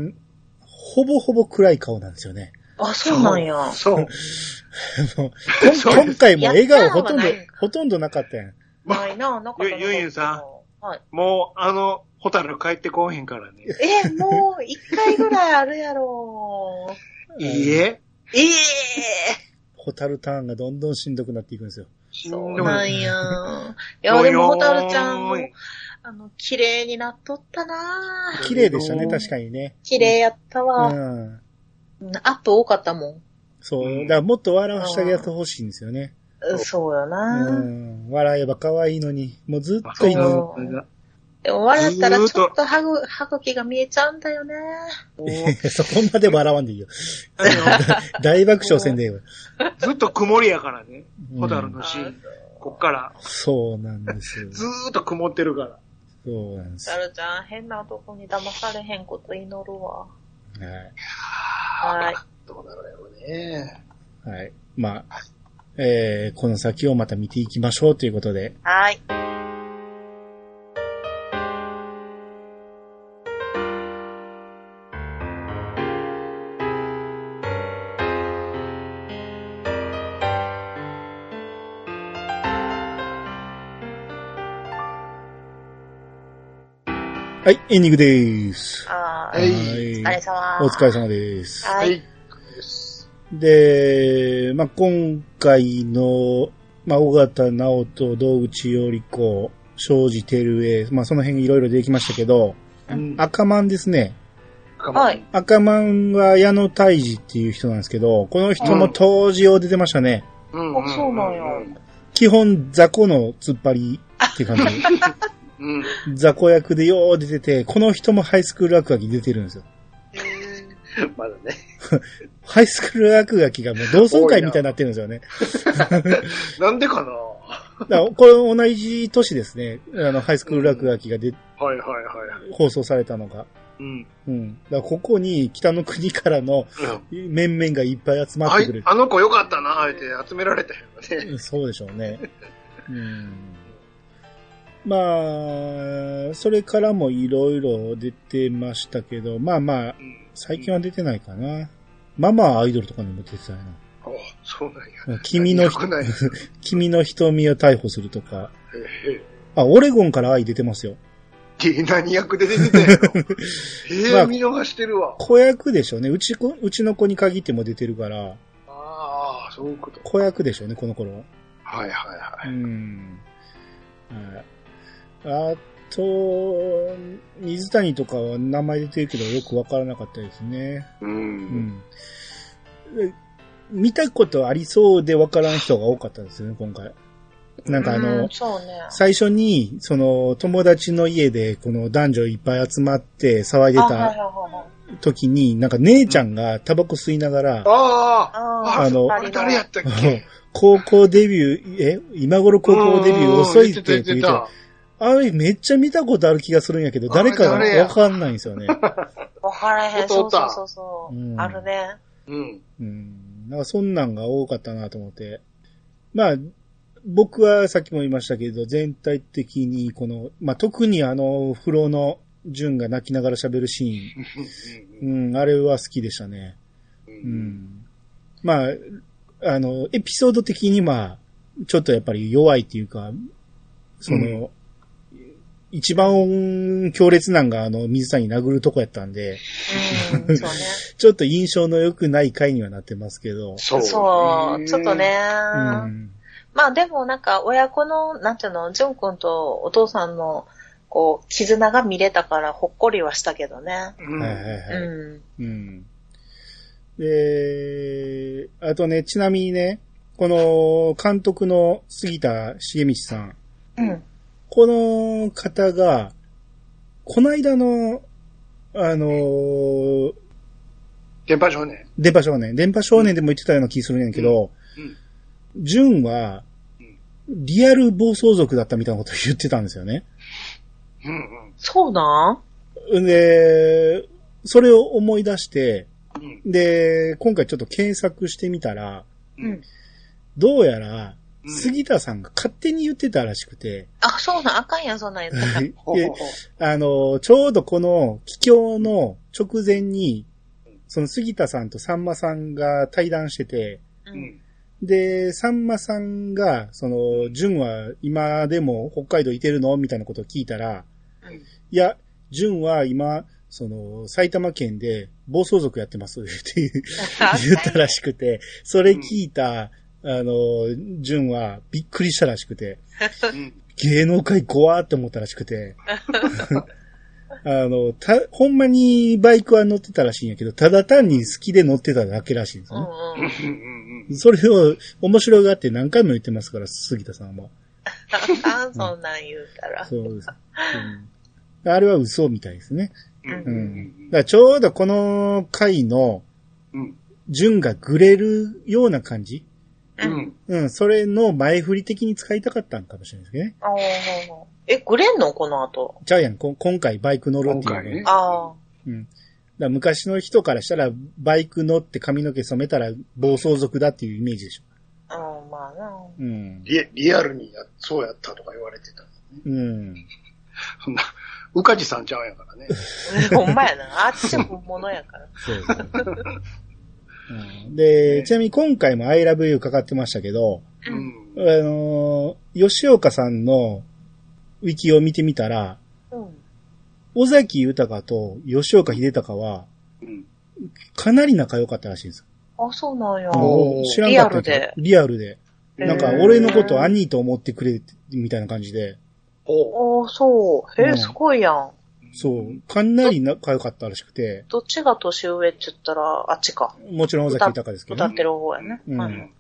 ほぼほぼ暗い顔なんですよね。
あ、そうなんや。
そう。
もう
そう
今回も笑顔ほとんど
やったんはない、
ほとんどなかったやん。
ないな、なんかったな。
ゆゆんゆんさ
はい。
もう、あの、ホタル帰ってこうへんからね。
え、もう、一回ぐらいあるやろ。
いいえ。
ええ
ホタルターンがどんどんしんどくなっていくんですよ。
しん
そ
ど
う
い
なんや。いや、でも、ホタルちゃんも
おいおい、
あの、綺麗になっとったな
綺麗でしたね、確かにね。
綺麗やった
う
わ。
ん。
うんアップ多かったもん。
そうう。
ん
だからもっと笑わしてあげてほしいんですよね。
うんそうや
う
な。
ん。笑えば可愛いのに、もうずっと
そう
いいの
なんだ
でも笑ったらちょっと歯ぐ、歯茎が見えちゃうんだよね。
もう
に。 そこまで笑わんでいいよ。大爆笑せんでええわ。
ずっと曇りやからね。
うん
ホタルのシーン。こっから。
そうなんですよ。
ずーっと曇ってるから。
そうなんです。
タ
は
ルちゃん、変な男に騙されへんこと祈るわ。
い。
はい。
どうなるやろうね。
はい。まあ、えー、この先をまた見ていきましょうということで。
はい。
はい、エンディングです。
あ
はい
ー
はい
お疲れ様。
お疲れ様です。
はい。はい。。
です
で、まあ、今回の、まあ、尾形直人、道口より子、庄司照江、まあ、その辺いろいろできましたけど、
うん
赤マンですね。
はい。
赤マンは矢野泰治っていう人なんですけど、この人も当時を出てましたね。
うん
あそうなんや
基本、雑魚の突っ張りっていう感じ。
うん。
雑魚役でよう出てて、この人もハイスクール落書き出てるんですよ。
まだね。
ハイスクール落書きがもう同窓会みたいになってるんですよね。
なんでかな
だからこれ同じ年ですね。あの、ハイスクール落書きがで、
はいはいはい。
放送されたのが。
うん。
うん。だからここに北の国からの面々がいっぱい集まっ
は
てくる
い。。あの子よかったな、あえて集められたよね。
そうでしょうね。うん。まあ、それからもいろいろ出てましたけど、まあまあ、
うん
最近は出てないかな。ママアイドルとかにも出てたよ
あそうなんや。
な。君の
よ、くない。へ
君の瞳を逮捕するとか。
へ
あ、オレゴンから愛出てますよ。
え何役で出てたやろ。ええ
まあ
見逃してるわ。
子役でしょうね。うちこ、うちの子に限っても出てるから、
ああ、そういうこと。
子役でしょうね、この頃。
はいはいは
う
い。
ん。はい。あと、水谷とかは名前出てるけどよくわからなかったですね。
う。
うんん。え見たことありそうでわからん人が多かったですよね、今回。なんかあの、
うんそうね。
最初に、その、友達の家で、この男女いっぱい集まって騒いで
あ、はいはい
た
はいはい。
時に、なんか姉ちゃんがタバコ吸いながら、
ああ、
あ
あ
あの
あれ誰やったっけ
高校デビュー、え今頃高校デビュー遅いって言って
言って
た
た。
あれめっちゃ見たことある気がするんやけど、
あ
誰か
誰や
わかんないんです よね。
わからへん。そ
弟
うそうそうそう、
うん
あるね。
うん。
うん。なんかそんなんが多かったなと思って。まあ、僕はさっきも言いましたけど、全体的にこの、まあ特にあの、風呂の純が泣きながら喋るシー ン。うん、あれは好きでしたね。
う。
うんん。まあ、あの、エピソード的にまあ、ちょっとやっぱり弱いっていうか、その、一番強烈なんがあの、水谷殴るとこやったんで、
うん、そうね。
ちょっと印象の良くない回にはなってますけど。
そう。
そう、ちょっとね、
うん。
まあでもなんか親子の、なんていうの、ジョン君とお父さんの、こう、絆が見れたからほっこりはしたけどね。
うん。
はいはいはい。
うん。
うん。で、あとね、ちなみにね、この監督の杉田茂道さん、
うん。
この方が、この間の、あのー、
電波少年。
電波少年、電波少年でも言ってたような気するんやけど、
うん
ジュンは、リアル暴走族だったみたいなことを言ってたんですよね。
うん
そうなん
んで、それを思い出して、
うん。うん。
で、今回ちょっと検索してみたら、
うん。
どうやら、
うん
杉田さんが勝手に言ってたらしく て、
あ、そうなんあかんやん、そんなん言ったら。
ほうほうほう
あの、ちょうどこの帰郷の直前に、その杉田さんとさんまさんが対談してて、
う。
うんん。
で、さんまさんが、その、純は今でも北海道いてるのみたいなことを聞いたら、
うん
いや、純は今、その、埼玉県で暴走族やってます、って言ったらしくて、それ聞いた、あの、純はびっくりしたらしくて、
うん
芸能界怖ーって思ったらしくて。あの、た、ほんまにバイクは乗ってたらしいんやけど、ただ単に好きで乗ってただけらしいんです
う
ね。
ん
う
うんん。
うん
それを面白がって何回も言ってますから、杉田さんは。
あかん、そんなん言うたら。
そうです。うんあれは嘘みたいですね。
うんうん
う。
うん
だ
ん
からちょうどこの回の、
うん
順がグレるような感じ
うんうん
うん、それの前振り的に使いたかったんかもしれないですけどね。
あーえ、グレんのこの後。
ジャイアン、こ今回バイク乗るっていうの
今回ね
ああ。
だから昔の人からしたら、バイク乗って髪の毛染めたら暴走族だっていうイメージでしょ。
うん、まあな。
うん。
リリアルにやそうやったとか言われてた。
うん。
そんな、うかじさんちゃうんやからね。
ほんまやな。あっちもものやから。
そうですね。 うんで、ちなみに今回も I love you かかってましたけど、
う
うんん
あ。のー吉岡さんのウィキを見てみたら、
うん。
尾崎豊と吉岡秀隆は
うん
かなり仲良かったらしいんです。
あ、そうなんや。
おー
知らんかったけど
リアルで
リアルで。なんか、俺のこと
あ
兄と思ってくれ、みたいな感じで。
おう
おーそう。
う
えー、
ん
すごいやん。
そう。かなり仲良かったらしくて。
どっちが年上って言ったら、あっちか。
もちろん尾崎豊ですけ
歌
ど、
っ
ね。
てる方やね。
うん
はい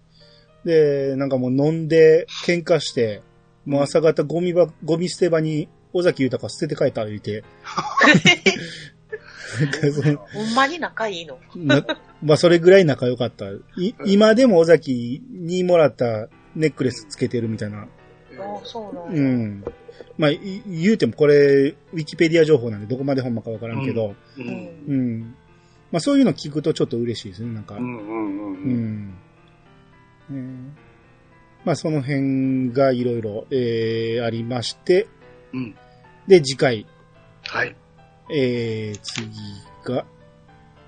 で、なんかもう飲んで、喧嘩して、もう朝方ゴミば、ゴミ捨て場に尾崎豊捨てて帰った言うて。なんかその
ほんまに仲いいの。
な まあそれぐらい仲良かった。い今でも尾崎にもらったネックレスつけてるみたいな
え
あそうなん
う
や。
ん。まあ、い言うてもこれ、ウィキペディア情報なんでどこまでほんまかわからんけど、
う。
うん
うん。まあそういうの聞くとちょっと嬉しいですね、なんか。
うんうんう
うんん。ねまあその辺がいろいろ、えー、ありまして、
うん。うん。
で、次回、
はい。
えー、次が、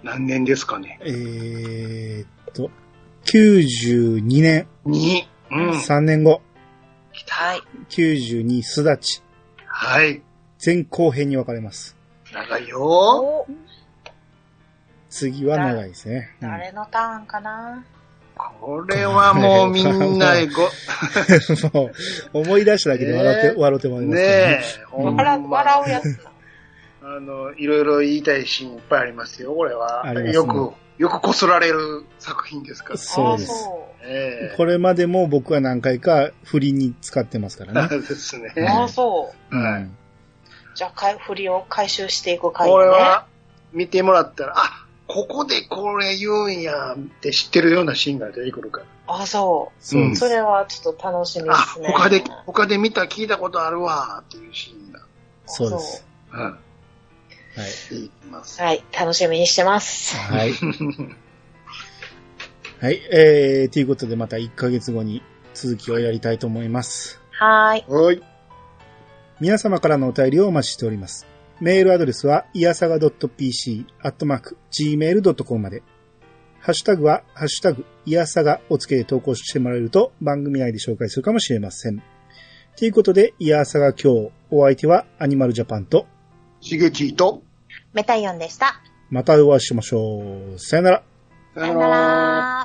何年ですかね。
えー、っと、92年、
に。うん。
3年後、
はい。
92すだち、
はい。
前後編に分かれます。
長いよ
お
次は長いですね。うん
誰のターンかな
これはもうみんなご、
もう、思い出しただけで笑って、
ねえ
笑ってもらいます
ね
けど
え。ほんま
笑笑うやつ。
あの、いろいろ言いたいシーンいっぱいありますよ、これは。
ありますね
よく、よくこすられる作品ですから。
そうです
あそ
ええ
これまでも僕は何回か振りに使ってますからね。
そうですね。
う。あそう。
は
はいい。
じゃあ、かい振りを回収していく回ね。
これは、見てもらったら、あ、ここでこれ言うんやって知ってるようなシーンが出てくるから。
あ、そ
そうう
う。
で
ん
す
そ。れはちょっと楽しみで
あ
す、ね。
他で、他で見た、聞いたことあるわ、っていうシーンが。
そうです。
うん。
はい。
言います。
はい、楽しみにしてます。
はい。はい。えー、ということでまた1ヶ月後に続きをやりたいと思います。
はーい。
はい。
皆様からのお便りをお待ちしております。メールアドレスは、いやさが .pc、アットマーク、gmail.com まで。ハッシュタグは、ハッシュタグ、いやさがをつけて投稿してもらえると、番組内で紹介するかもしれません。ということで、いやさが今日、お相手は、アニマルジャパンと、
しげちーと、
メタイオンでした。
またお会いしましょう。さよなら。
さ
さよなら。